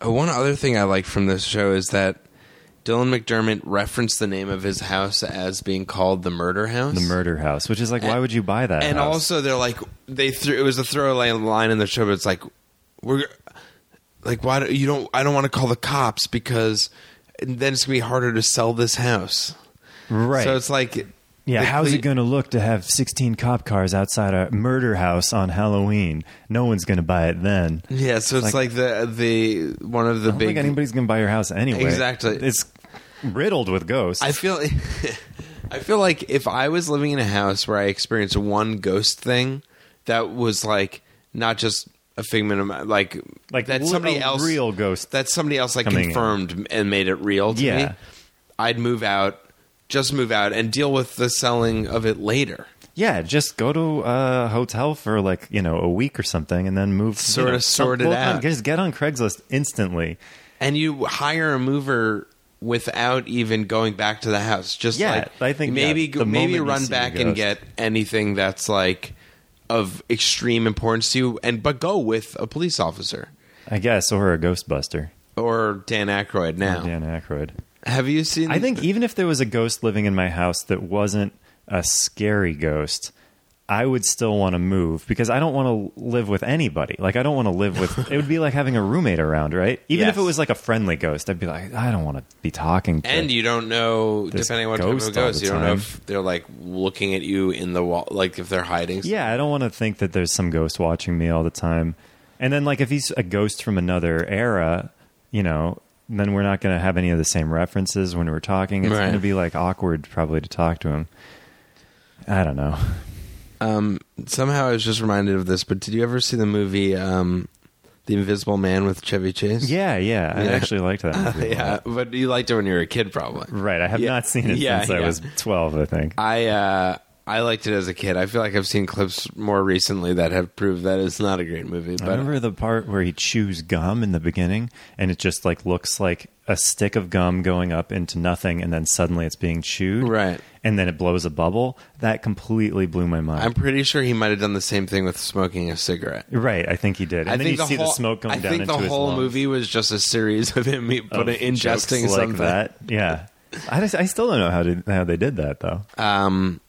uh, one other thing I like from this show is that Dylan McDermott referenced the name of his house as being called the Murder House.
The murder house, which is like, why would you buy that?
and
house?
also they're like they threw it was a throwaway line in the show, but it's like we're like why do you don't I don't want to call the cops because then it's gonna be harder to sell this house.
right?
So it's like
Yeah,
the
how's
cle-
it going to look to have 16 cop cars outside a murder house on Halloween? No one's going to buy it then.
Yeah, so it's like,
like-
the the one of the
I don't
big
think anybody's going to buy your house anyway.
Exactly.
It's riddled with ghosts.
I feel I feel like if I was living in a house where I experienced one ghost thing that was like not just a figment of my like
Like,
that
li-
somebody
a
else
real ghost
that somebody else like
coming in.
confirmed and made it real to
Yeah.
me I'd move out just move out and deal with the selling of it later
yeah, just go to a hotel for like, you know, a week or something and then move. you
Sorta
know,
sort it
well,
out.
Just get on Craigslist instantly.
and you hire a mover without even going back to the house just
Yeah,
like
I think
maybe
that the moment
maybe
you
run
see
back
the
and
ghost-
get anything that's like of extreme importance to you and but go with a police officer
I guess, or a Ghostbuster.
or Dan Aykroyd now
Dan Aykroyd.
have you seen
I think even if there was a ghost living in my house that wasn't a scary ghost, I would still want to move because I don't want to live with anybody. Like I don't want to live with. it would be like having a roommate around, right? Even if
Yes.
it was like a friendly ghost, I'd be like, I don't want to be talking. To
and you don't know
There's
depending on what type
ghosts
of
all
ghost
the
you don't know
time.
if they're like looking at you in the wall like if they're hiding
Yeah, I don't want to think that there's some ghost watching me all the time. And then, like, if he's a ghost from another era, you know, then we're not going to have any of the same references when we're talking. It's
Right.
going to be like awkward, probably, to talk to him. I don't know.
Um, somehow I was just reminded of this, but did you ever see the movie um, The Invisible Man with Chevy Chase?
Yeah, yeah, I
Yeah.
actually liked that. Movie a
Yeah,
lot.
but you liked it when you were a kid, probably.
right. I have
Yeah.
not seen it
Yeah,
since
yeah.
I was twelve, I think.
I uh, I liked it as a kid. I feel like I've seen clips more recently that have proved that it's not a great movie.
I
But
Remember the part where he chews gum in the beginning, and it just like looks like a stick of gum going up into nothing, and then suddenly it's being chewed,
Right.
And then it blows a bubble. That completely blew my mind.
I'm pretty sure he might have done the same thing with smoking a cigarette.
right, I think he did. And
I
then
think
you see the smoke
I
going down
think
into
the
his
whole
lungs
movie was just a series of him
of
putting ingesting
jokes
something.
like that. Yeah, I just, I still don't know how to, how they did that though.
Um,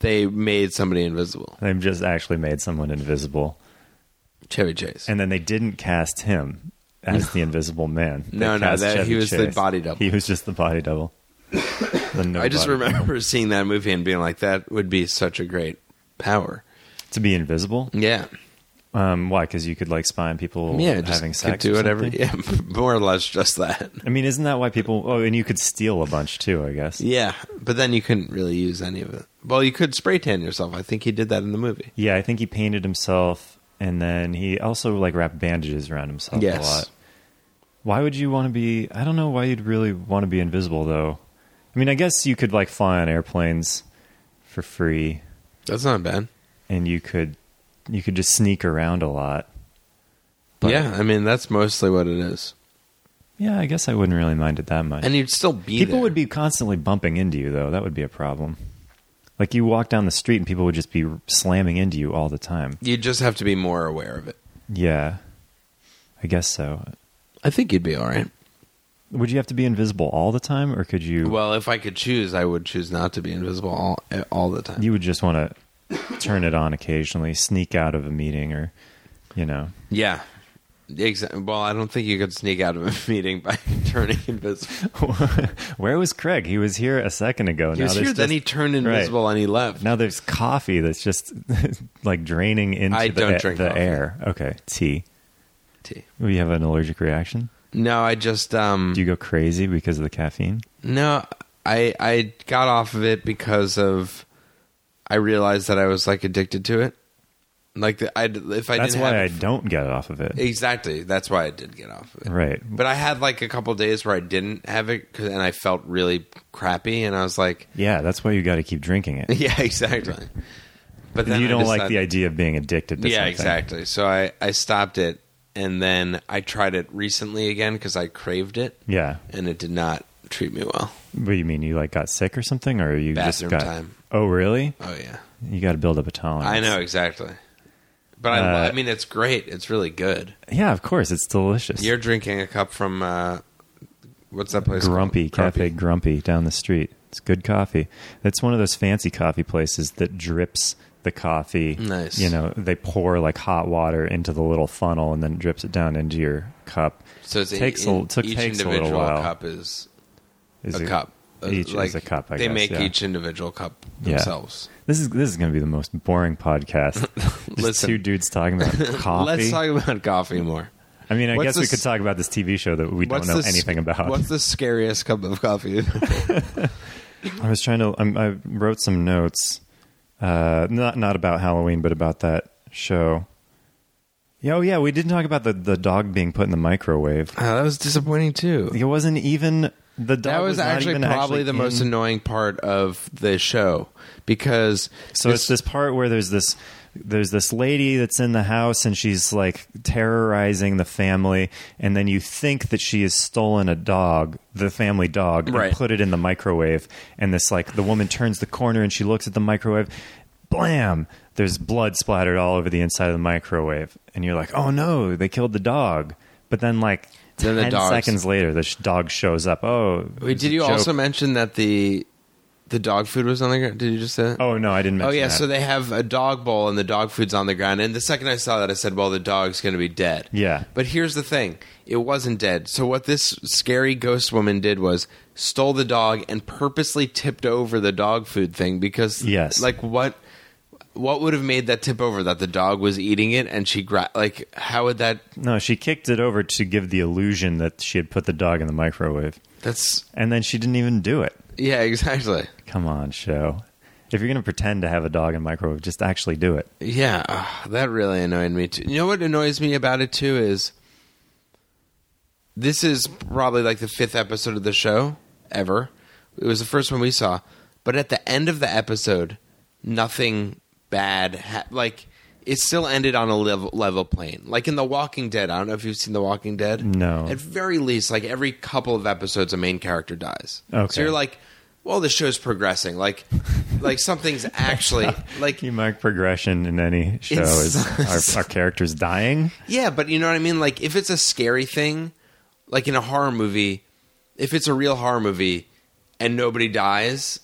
they made somebody invisible,
They just actually made someone invisible.
Chevy Chase.
And then they didn't cast him as the Invisible Man. They
No, no,
cast
that-
Chevy
he was the
Chase.
body double.
He was just the body double. The no
I just
body double.
remember seeing that movie and being like, that would be such a great power.
to be invisible.
Yeah.
Um, why? Because you could like spy on people
Yeah, just
having
could
sex.
do
or
whatever.
something?
Yeah, more or less just that.
I mean, isn't that why people? Oh, and you could steal a bunch too, I guess.
Yeah, but then you couldn't really use any of it. Well, you could spray tan yourself. I think he did that in the movie.
Yeah, I think he painted himself, and then he also like wrapped bandages around himself
Yes.
a lot. Why would you want to be? I don't know why you'd really want to be invisible, though. I mean, I guess you could like fly on airplanes for free,
That's not bad.
and you could you could just sneak around a lot. But-
yeah, I mean that's mostly what it is.
Yeah, I guess I wouldn't really mind it that much.
And you'd still be
people
there.
would be constantly bumping into you, though. That would be a problem. Like you walk down the street, and people would just be slamming into you all the time.
You'd just have to be more aware of it.
Yeah, I guess so.
I think you'd be all right.
Would you have to be invisible all the time, or could you?
Well, if I could choose, I would choose not to be invisible all, eh, all the time.
you would just want to turn it on occasionally, sneak out of a meeting, or you know,
yeah. Exactly. Well, I don't think you could sneak out of a meeting by turning invisible.
where was Craig? He was here a second ago.
He was here,
there's
then
just-
he turned
Right.
invisible and he left.
Now there's coffee that's just like draining into
I
the,
don't
a-
drink
the
coffee.
air. Okay, tea.
Tea.
We have an allergic reaction.
No, I just um.
Do you go crazy because of the caffeine?
No, I I got off of it because of I realized that I was like addicted to it. Like the, I if I
That's
didn't
why I
have,
don't get off of it.
exactly that's why I did get off of it.
Right.
But I had like a couple days where I didn't have it 'cause- and I felt really crappy and I was like,
Yeah, that's why you got to keep drinking it.
yeah, exactly. But then
you
I
don't like
decided-
the idea of being addicted to
Yeah,
something.
exactly. So I I stopped it and then I tried it recently again cuz I craved it
Yeah.
and it did not treat me well.
What do you mean? You like got sick or something, or you
Bathroom
just got?
time.
Oh, really?
Oh yeah.
You got to build up a tolerance.
I know exactly. But I,
Uh,
I mean, it's great. It's really good.
Yeah, of course, it's delicious.
You're drinking a cup from uh, what's that place?
Grumpy
called?
Cafe Grumpy down the street. It's good coffee. That's one of those fancy coffee places that drips the coffee.
Nice.
You know, they pour like hot water into the little funnel and then it drips it down into your cup.
So it's
takes
a,
a, took,
each
takes a
individual
little while.
cup is
Is
a
it-
cup. Uh,
Each is a cup. I
they
guess,
make
yeah.
each individual cup
Yeah.
themselves.
This is this is going to be the most boring podcast. Just
Listen.
two dudes talking about coffee.
Let's talk about coffee more.
I mean, I
What's
guess we
this-
could talk about this TV show that we don't know
the s-
anything about.
What's the scariest cup of coffee?
I was trying to. I'm, I wrote some notes, uh, not not about Halloween, but about that show. Yeah, Oh, yeah, we didn't talk about the the dog being put in the microwave.
Oh, that was disappointing too.
It wasn't even the dog.
That was,
not
actually
even
probably the
in-
most annoying part of the show because
So it's this part where there's this there's this lady that's in the house and she's like terrorizing the family and then you think that she has stolen a dog, the family dog,
Right.
and put it in the microwave and this like the woman turns the corner and she looks at the microwave, blam, there's blood splattered all over the inside of the microwave and you're like, "Oh no, they killed the dog." But then like
Then the
10
dogs-
seconds later the sh- dog shows up. Oh, it
Wait,
was
did
a
you
joke.
also mention that the the dog food was on the ground? Did you just say that?
Oh no, I didn't
Oh
mention
yeah,
that.
so they have a dog bowl and the dog food's on the ground. And the second I saw that, I said, "Well, the dog's going to be dead."
Yeah.
But here's the thing: it wasn't dead. So what this scary ghost woman did was stole the dog and purposely tipped over the dog food thing because
Yes.
like what what would have made that tip over that the dog was eating it and she gra- like how would that
No, she kicked it over to give the illusion that she had put the dog in the microwave.
that's
And then she didn't even do it.
yeah exactly
Come on, show. If you're going to pretend to have a dog in a microwave, just actually do it.
Yeah, ugh, that really annoyed me too. You know what annoys me about it too is this is probably like the fifth episode of the show ever. It was the first one we saw, but at the end of the episode, nothing bad ha- like it still ended on a level, level plane. Like in The Walking Dead, I don't know if you've seen The Walking Dead.
No.
At very least, like every couple of episodes, a main character dies.
Okay.
So you're like, well, the show's progressing. Like, like something's actually like
You mark progression in any show
It's-
is our, our characters dying.
Yeah, but you know what I mean? Like, if it's a scary thing, like in a horror movie, if it's a real horror movie and nobody dies,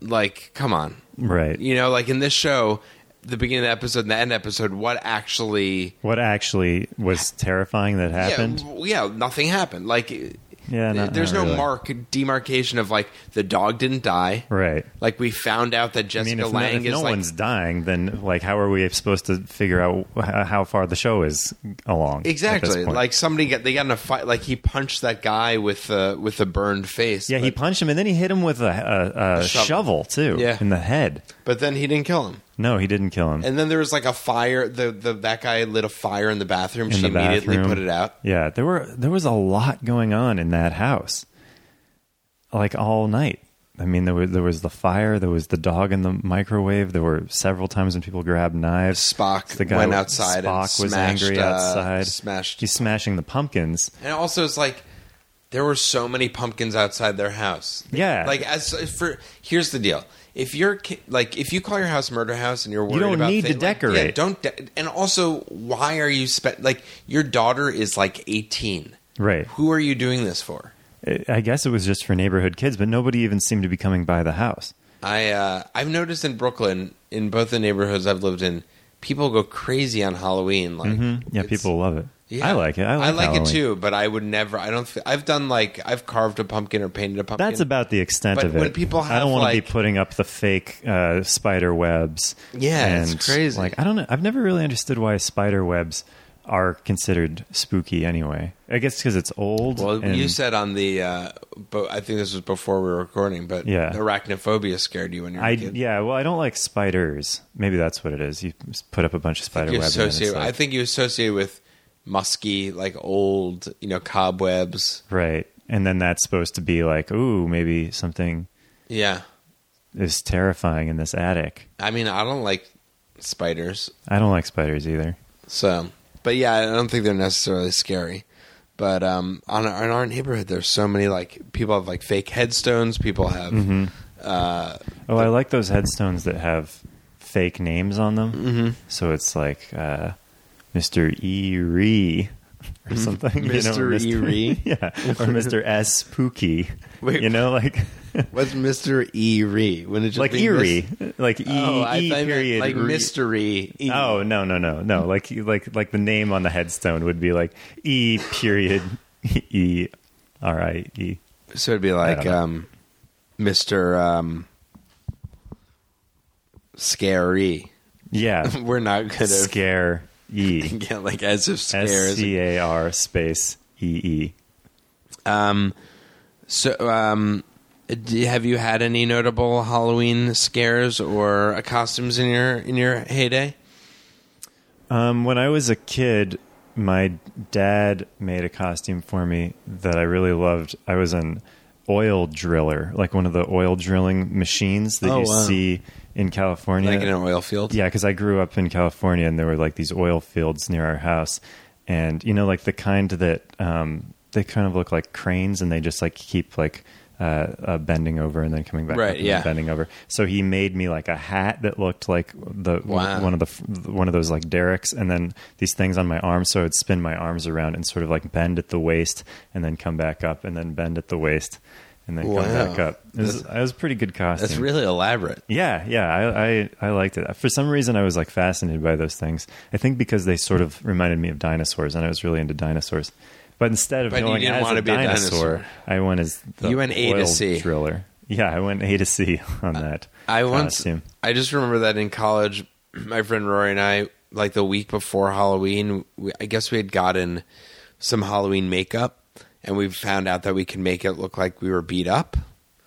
like, come on.
Right.
You know, like in this show, the beginning of the episode and the end episode, what actually.
What actually was terrifying that happened?
Yeah, w- yeah, nothing happened. Like, uh,
Yeah, not-
there's
not
no
really.
mark demarcation of like the dog didn't die.
Right.
Like we found out that
I
Jessica
mean, if no,
Lang
if
is
no
like
one's dying, then like, how are we supposed to figure out wh- how far the show is along? at this
exactly
point?
like somebody got they got in a fight. Like he punched that guy with uh, with a burned face.
yeah, he
but,
punched him and then he hit him with a, a, a shovel.
shovel.
too
Yeah.
in the head.
but then he didn't kill him.
No, he didn't kill him.
And then there was like a fire. The, the that guy lit a fire in the bathroom.
in
she
the
immediately
bathroom.
put it out.
Yeah, there were there was a lot going on in that house, like all night. I mean, there was there was the fire, there was the dog in the microwave. There were several times when people grabbed knives.
Spock
the guy
went outside and
Spock was
smashed,
angry
uh,
outside.
smashed-
He's smashing the pumpkins.
And also, it's like there were so many pumpkins outside their house.
Yeah.
Like as for here's the deal: if you're ki- like if you call your house murder house and you're worried
don't
about
need
things-
to
like, yeah,
decorate.
don't. De- and also, why are you spent like your daughter is like eighteen?
Right.
Who are you doing this for?
I- I guess it was just for neighborhood kids, but nobody even seemed to be coming by the house.
I uh, I've noticed in Brooklyn, in both the neighborhoods I've lived in, people go crazy on Halloween. Like,
Mm-hmm. Yeah,
it's-
people love it.
yeah.
I like it. I like,
it
Halloween.
too, but I would never. I don't. Th- I've done like I've carved a pumpkin or painted a pumpkin.
That's about the extent
But
of it.
when people
I
have,
don't want to
like-
be putting up the fake uh, spider webs.
Yeah, it's
and,
crazy.
Like I don't know. I've never really understood why spider webs are considered spooky. Anyway, I guess because it's old.
Well,
and-
you said on the, uh, but I think this was before we were recording, but
Yeah.
arachnophobia scared you when you were
I
a kid.
yeah. Well, I don't like spiders. Maybe that's what it is. You just put up a bunch of spider
you
webs. and it's
associate.
like-
I think you associate with musky, like old, you know, cobwebs.
right, and then that's supposed to be like, ooh, maybe something
Yeah,
is terrifying in this attic.
I mean, I don't like spiders,
I don't like spiders either.
so. But yeah, I don't think they're necessarily scary. But um, on our, in our neighborhood, there's so many like people have like fake headstones. People have
Mm-hmm.
uh,
Oh, I like those headstones that have fake names on them. Mm-hmm. So it's like uh, Mr. E. Ree
Mm-hmm.
or something. you know,
Mr. E. Ree?
yeah. Or Mr. S. Spooky.
Wait.
you know, like
what's Mister Eerie? When it just
like
be
eerie,
Mis-
like E.
Oh,
e
I thought you meant,
period.
like
Ree.
mystery. E. Mm-hmm.
Oh no no no no! Like like like the name on the headstone would be like E. Period E. R. I. E.
So it'd be like
don't know.
um, Mr. Um, scary.
Yeah,
We're not gonna
scare E.
get like as if scare
S
is
C A R space E E.
so. Um, d have you had any notable Halloween scares or uh, costumes in your in your heyday?
Um, when I was a kid, my dad made a costume for me that I really loved. I was an oil driller, like one of the oil drilling machines that
Oh,
you
wow.
see in California.
Like in an oil field?
Yeah, because I grew up in California, and there were like these oil fields near our house, and you know, like the kind that um, they kind of look like cranes, and they just like keep like uh, uh, bending over and then coming back,
Right,
up and then
yeah.
bending over. So he made me like a hat that looked like the
Wow.
one of the f- one of those like derricks, and then these things on my arms, so I'd spin my arms around and sort of like bend at the waist, and then come back up, and then bend at the waist, and then
Wow.
come back up. It was, it was a pretty good costume.
That's really elaborate.
Yeah, yeah, I, I I liked it. For some reason, I was like fascinated by those things. I think because they sort of reminded me of dinosaurs, and I was really into dinosaurs. But instead of
But you
going
didn't
as
want
a
to be a
dinosaur,
dinosaur.
I went as the
You went A to
oil
C.
driller. Yeah, I went A to C on that.
I once
costume.
I just remember that in college, my friend Rory and I, like the week before Halloween, we, I guess we had gotten some Halloween makeup, and we found out that we could make it look like we were beat up,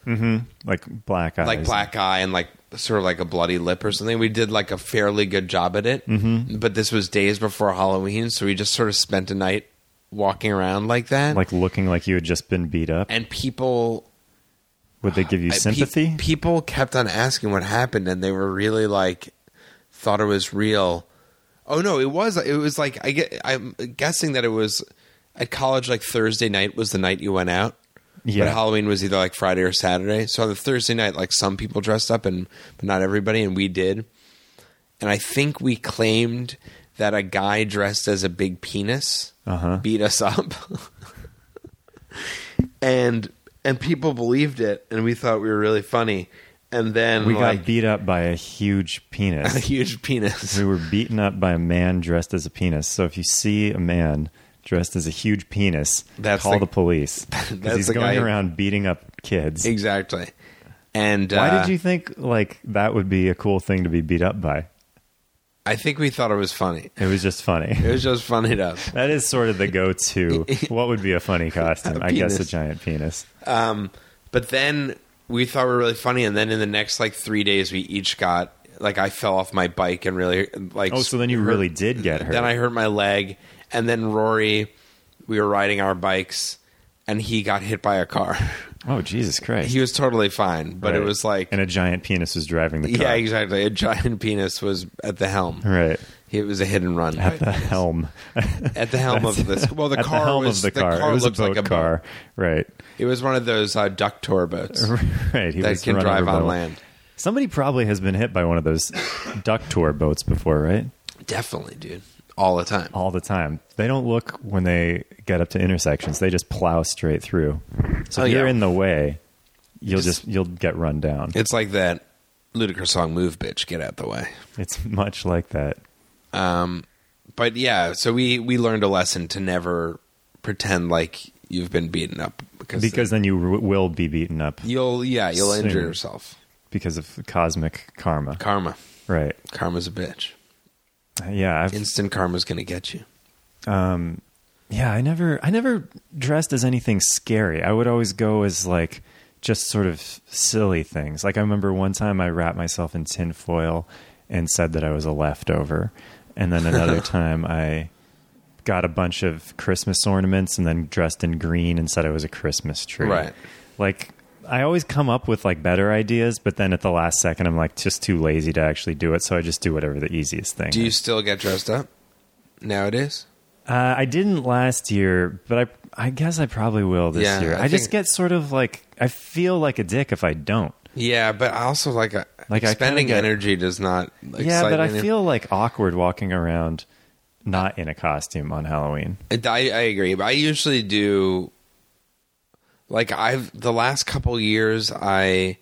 like black eyes,
like black eye and like sort of like a bloody lip or something. We did like a fairly good job at it, mm-hmm. but this was days before Halloween, so we just sort of spent a night walking around like that,
like looking like you had just been beat up.
and people
Would they give you
I- pe-
sympathy?
people kept on asking what happened, and they were really like, thought it was real. Oh no, it was. It was like I get. I'm guessing that it was at college. Like Thursday night was the night you went out.
Yeah.
But Halloween was either like Friday or Saturday. So on the Thursday night, like some people dressed up, and but not everybody, and we did. And I think we claimed that a guy dressed as a big penis
Uh-huh.
beat us up. and and people believed it and we thought we were really funny and then
we
like,
got beat up by a huge
a
penis.
huge penis
we were beaten up by a man dressed as a penis. So if you see a man dressed as a huge penis
That's
call
the-
the, police
that's
because he's
the
going
guy-
around beating up kids.
Exactly. And
Why
uh,
did you think like that would be a cool thing to be beat up by?
I think we thought it was funny.
It was just funny.
It was just funny to us.
That is sort of the go-to. what would be a funny costume?
A
I guess a
penis.
giant penis.
Um, but then we thought we were really funny, and then in the next like three days, we each got like I fell off my bike and really like.
Oh, so then you
hurt-
really did get hurt.
Then I hurt my leg, and then Rory, we were riding our bikes, and he got hit by a car.
oh, Jesus Christ!
he was totally fine, but it
Right.
was like
and a giant penis was driving the car.
yeah, exactly. A giant penis was at the helm.
Right.
It was a hit and run
At the helm.
at the helm of this. Well, the
At
car
the helm
was
of the car. it was a
looked
boat
like a boat.
car. Right.
It was one of those uh, duck tour boats
Right. He
that
was
can
running
drive
a
on
boat.
land.
Somebody probably has been hit by one of those duck tour boats before, right?
Definitely, dude. All the time.
All the time. They don't look when they get up to intersections. They just plow straight through. So
Oh,
if you're
yeah.
in the way, you'll
Just-
just you'll get run down.
It's like that ludicrous song "Move, Bitch, Get Out the Way."
It's much like that.
Um, but yeah, so we we learned a lesson to never pretend like you've been beaten up because
Because then you w- will be beaten up
you'll yeah you'll injure
Soon.
yourself.
because of cosmic karma.
Karma,
right.
karma's a bitch.
Yeah. I've,
Instant karma's gonna get you.
um yeah i never i never dressed as anything scary i would always go as like just sort of silly things like i remember one time i wrapped myself in tin foil and said that i was a leftover and then another time i got a bunch of christmas ornaments and then dressed in green and said i was a christmas tree
Right.
like i always come up with like better ideas but then at the last second i'm like just too lazy to actually do it so i just do whatever the easiest thing
Do
is.
you still get dressed up nowadays?
Uh, I didn't last year, but I I guess I probably will this
Yeah,
year.
I
I, just
think-
get sort of like I feel like a dick if I don't.
Yeah, but I also like a,
Like, I kinda
spending
get-
energy does not. Excite
yeah, but I
me.
feel like awkward walking around not in a costume on Halloween.
I, I agree, but I usually do. Like I've the last couple years, I,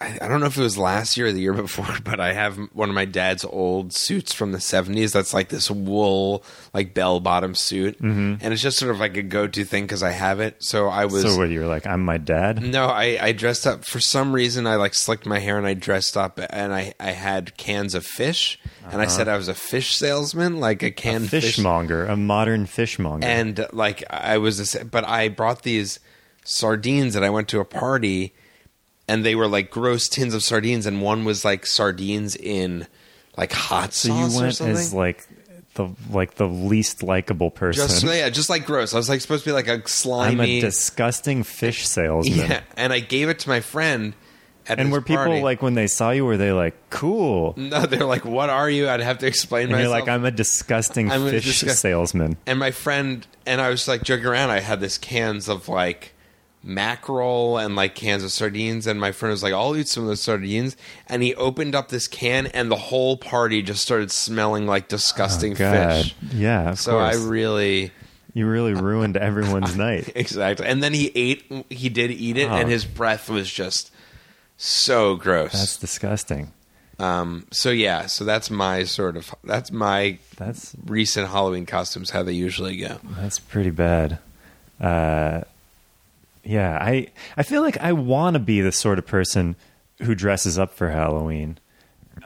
I I don't know if it was last year or the year before, but I have one of my dad's old suits from the seventies. That's like this wool, like bell bottom suit, and it's just sort of like a go to thing because I have it. So I was Mm,
so what you were like, I'm my dad.
no, I, I dressed up for some reason. I like slicked my hair and I dressed up and I, I had cans of fish and I said I was a fish salesman, like Uh-huh. a canned fish
Fishmonger, a modern fishmonger.
and like I was, a, sa- but I brought these sardines and I went to a party, and they were like gross tins of sardines, and one was like sardines in like hot
so
sauce
you
or
went
something.
as like the like the least likable person.
just yeah, just like gross. I was like supposed to be like a
I'm
slimy,
a disgusting fish salesman.
yeah. And I gave it to my friend. At
And
his
were people
party. Mm,
like when they saw you, were they like, "Cool"?
No, they're like, "What are you?" I'd have to explain
And
myself.
you're like, "I'm a disgusting
I'm a
fish
disgust-
salesman."
and my friend and I was like joking around. I had this cans of like mackerel and like cans of sardines, and my friend was like, "I'll eat some of those sardines." And he opened up this can, and the whole party just started smelling like disgusting fish.
Yeah, Oh, of
So
course.
I really
you really ruined everyone's night.
exactly. And then he ate. He did eat it,
Oh.
and his breath was just so gross.
That's disgusting.
um. So yeah. So that's my sort of. That's my
That's
recent Halloween costumes. How they usually go.
that's pretty bad. Uh, yeah, I I feel like I want to be the sort of person who dresses up for Halloween.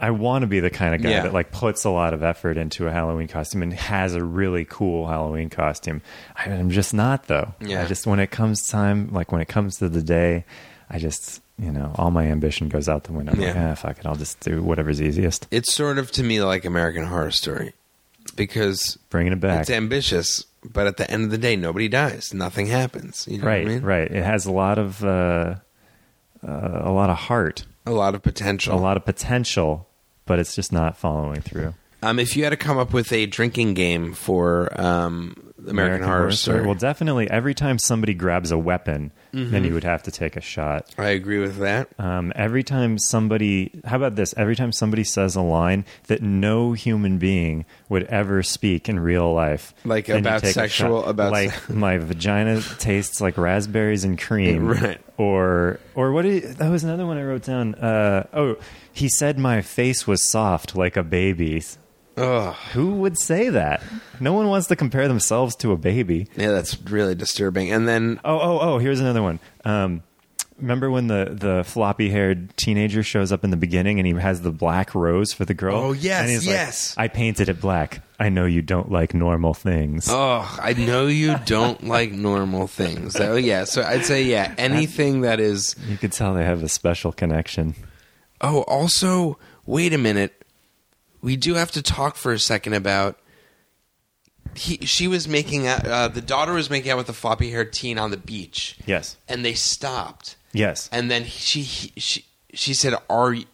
I want to be the kind of guy
Yeah.
that like puts a lot of effort into a Halloween costume and has a really cool Halloween costume. I, I'm just not though.
Yeah.
I just when it comes time, like when it comes to the day, I just you know all my ambition goes out the window. I'm like,
Yeah.
ah, fuck it, I'll just do whatever's easiest.
it's sort of to me like American Horror Story because
Bringing it back.
it's ambitious, but at the end of the day, nobody dies, nothing happens. You know
right,
what I mean?
right. It has a lot of uh, uh, a lot of heart,
A lot of potential.
a lot of potential, but it's just not following through.
Um, if you had to come up with a drinking game for um, American, Horror, Story, Mm-hmm.
Well, definitely. Every time somebody grabs a weapon, then you would have to take a shot.
I agree with that.
Um, every time somebody, how about this? Every time somebody says a line that no human being would ever speak in real life,
Like
then you
about
take a
sexual-
shot.
about
like
se-
my vagina tastes like raspberries and cream,
Right.
Or or what? Did, that was another one I wrote down. Uh, oh, he said my face was soft like a baby's. Who would say that? No one wants to compare themselves to a baby.
Yeah, that's really disturbing. And then
Oh, oh, oh, here's another one. Um, remember when the, the floppy haired teenager shows up in the beginning and he has the black rose for the girl?
Oh, yes,
And he's
yes.
Like, I painted it black. I know you don't like normal things.
Oh, I know you don't like normal things. Oh, yeah. So I'd say, yeah, anything that is.
You could tell they have a special connection.
Oh, also, wait a minute. We do have to talk for a second about. He, she was making out. Uh, the daughter was making out with the floppy haired teen on the beach.
Yes.
And they stopped.
Yes.
And then she he- she she said, "Are y-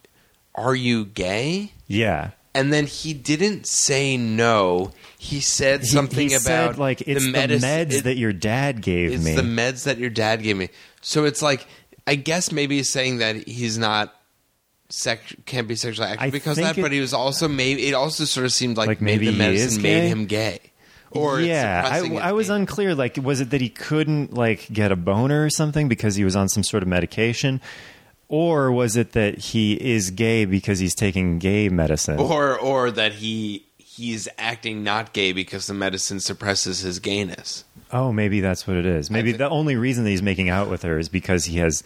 are you gay?"
yeah.
And then he didn't say no. He said
He-
something
he
about
said, like it's the,
medis-
meds
it-
that your dad gave
it's
me.
the meds that your dad gave me. So it's like I guess maybe he's saying that he's not sex can't be sexually active
I
because of
think
that, but
it-
he was also maybe it also sort of seemed like,
Like, maybe
maybe, the
he
medicine
is
made
gay?
him gay. Or it's
yeah,
suppressing
I,
his
I was
gay-
unclear. Like, was it that he couldn't like get a boner or something because he was on some sort of medication, or was it that he is gay because he's taking gay medicine?
or or that he he's acting not gay because the medicine suppresses his gayness.
Oh, maybe that's what it is. Maybe the only reason that he's making out with her is because he has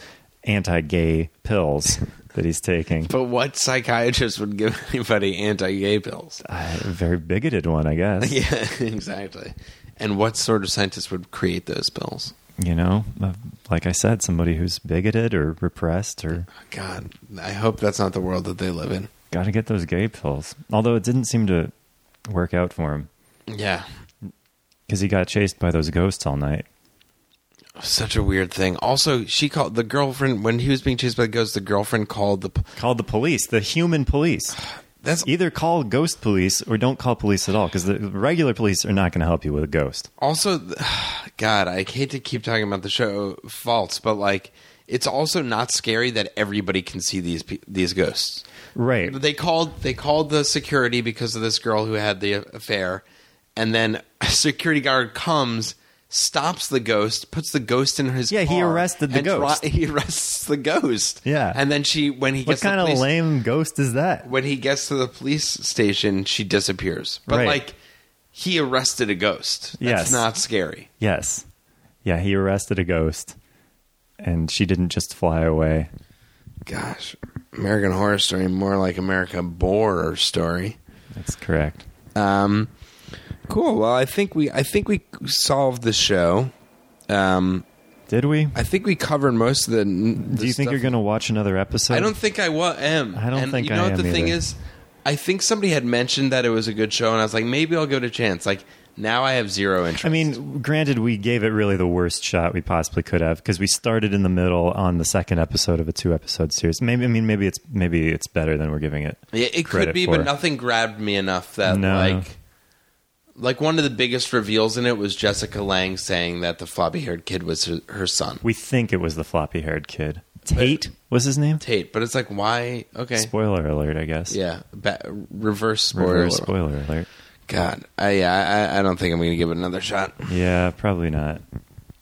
anti-gay pills that he's taking.
But what psychiatrist would give anybody anti-gay pills?
A very bigoted one, I guess.
Yeah, exactly. And what sort of scientist would create those pills?
You know, uh, like I said, somebody who's bigoted or repressed or
God, I hope that's not the world that they live in.
got to get those gay pills. Although it didn't seem to work out for him
Yeah.
because he got chased by those ghosts all night.
Such a weird thing. Also, she called the girlfriend when he was being chased by the ghost. The girlfriend called the. p-
Called the police, the human police.
That's
Either call ghost police or don't call police at all because the regular police are not going to help you with a ghost.
also, God, I hate to keep talking about the show faults, but like, it's also not scary that everybody can see these pe- these ghosts.
Right.
They called they called the security because of this girl who had the affair, and then a security guard comes, stops the ghost, puts the ghost in his
Yeah, he
car,
arrested the
and dri-
ghost.
he arrests the ghost.
Yeah.
and then she when he
What
gets to the
kind of
police-
lame ghost is that?
when he gets to the police station, she disappears. But
Right.
like, he arrested a ghost.
Yes.
That's not scary.
Yes. Yeah, he arrested a ghost and she didn't just fly away.
Gosh, American Horror Story, more like America Horror Story.
That's correct.
Um, cool. Well, I think we I think we solved the show. Um,
Did we?
I think we covered most of the. the
Do you think
stuff-
you're going to watch another episode?
I don't think I wa- am.
I don't
and
think
you know
I
what the
am
thing
either.
is. I think somebody had mentioned that it was a good show, and I was like, maybe I'll give it a chance. Like now, I have zero interest.
I mean, granted, we gave it really the worst shot we possibly could have because we started in the middle on the second episode of a two-episode series. Maybe I mean, maybe it's maybe it's better than we're giving it.
Yeah, it could
credit
be,
for.
but nothing grabbed me enough that
No.
like like one of the biggest reveals in it was Jessica Lang saying that the floppy haired kid was her, her son.
We think it was the floppy-haired kid. Tate was his name.
Tate, but it's like why okay.
Spoiler alert, I guess.
yeah, ba- reverse spoiler.
Reverse spoiler alert.
God, I, yeah, I I don't think I'm going to give it another shot.
Yeah, probably not.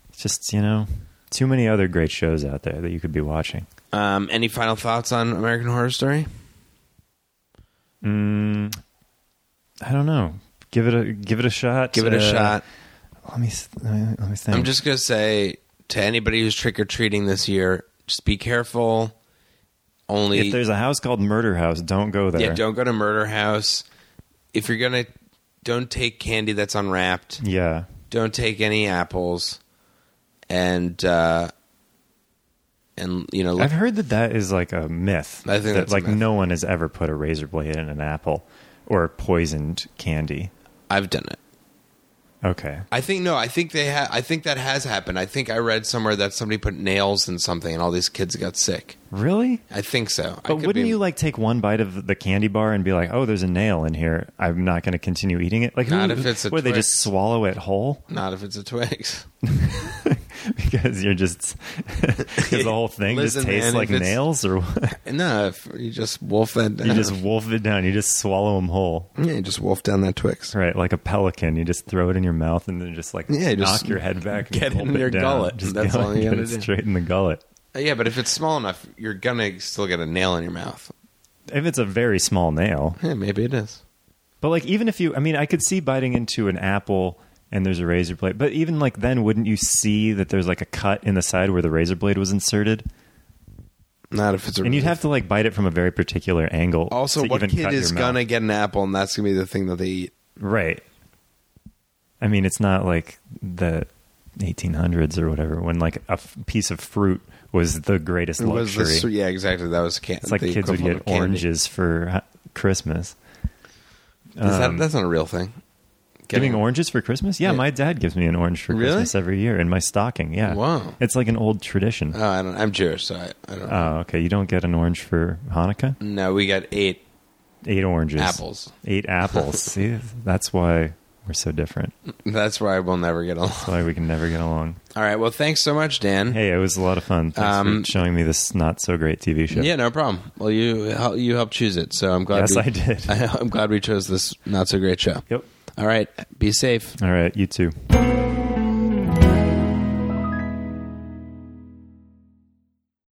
It's Just you know, too many other great shows out there that you could be watching.
Um, any final thoughts on American Horror Story?
I don't know. Give it a give it a shot.
Give it a
Uh,
shot.
Let me s- let me let me think.
I'm just going to say to anybody who's trick or treating this year, just be careful. Only
if there's a house called Murder House, don't go there.
Yeah, don't go to Murder House. If you're gonna, don't take candy that's unwrapped.
Yeah.
Don't take any apples, and uh, and you know,
I've heard that that is like a myth.
I think
that
that's a
like
myth.
no one has ever put a razor blade in an apple or poisoned candy.
I've done it.
Okay.
I think no, I think they ha- I think that has happened. I think I read somewhere that somebody put nails in something, and all these kids got sick.
Really?
I think so. I
But
could
wouldn't
be-
you like take one bite of the candy bar and be like, "Oh, there's a nail in here. I'm not going to continue eating it." Like,
Not
who,
if it's a
would they
Twix.
just swallow it whole?
Not if it's a Twix.
because you're just because the whole thing
Listen,
just tastes
man,
like
if it's-
nails, or what?
no, if you just wolf that. Down.
you just wolf it down. You just swallow them whole,
yeah, you just wolf down that Twix.
right? Like a pelican, you just throw it in your mouth and then just like
Yeah, you
knock
just
your head back, and
get it
gulp
in your
down.
gullet.
Just
That's
get,
all you
get
gotta
it
do.
straight in the gullet.
Yeah, but if it's small enough, you're gonna still get a nail in your mouth.
If it's a very small nail,
Yeah, maybe it is.
But like, even if you, I mean, I could see biting into an apple and there's a razor blade. But even like then, wouldn't you see that there's like a cut in the side where the razor blade was inserted?
Not if it's a
And you'd have to like bite it from a very particular angle.
also
to
what
even
kid
cut your
is
mouth.
gonna get an apple and that's gonna be the thing that they eat.
right? I mean, it's not like the 1800s or whatever when like a f- piece of fruit was the greatest
It was
luxury.
the su- yeah, exactly. That was can-
it's like
the
kids would
equivalent
get
of candy.
oranges for uh, Christmas.
Is that, that's not a real thing.
um, Giving oranges for Christmas? Yeah,
Yeah.
my dad gives me an orange for
Really?
Christmas every year in my stocking. Yeah.
Wow.
It's like an old tradition.
Oh, I don't, I'm Jewish, so I, I don't.
oh, okay. You don't get an orange for Hanukkah?
no, we got eight
Eight oranges.
apples.
Eight apples. See, that's why we're so different.
That's why we'll never get along.
That's why we can never get along.
All right. Well, thanks so much, Dan.
Hey, it was a lot of fun. Thanks
Um,
for showing me this not so great TV show.
Yeah, no problem. Well, you hel- you helped choose it, so I'm glad.
Yes,
we,
I did.
I'm glad we chose this not so great show.
Yep.
All right. Be safe.
All right. You too.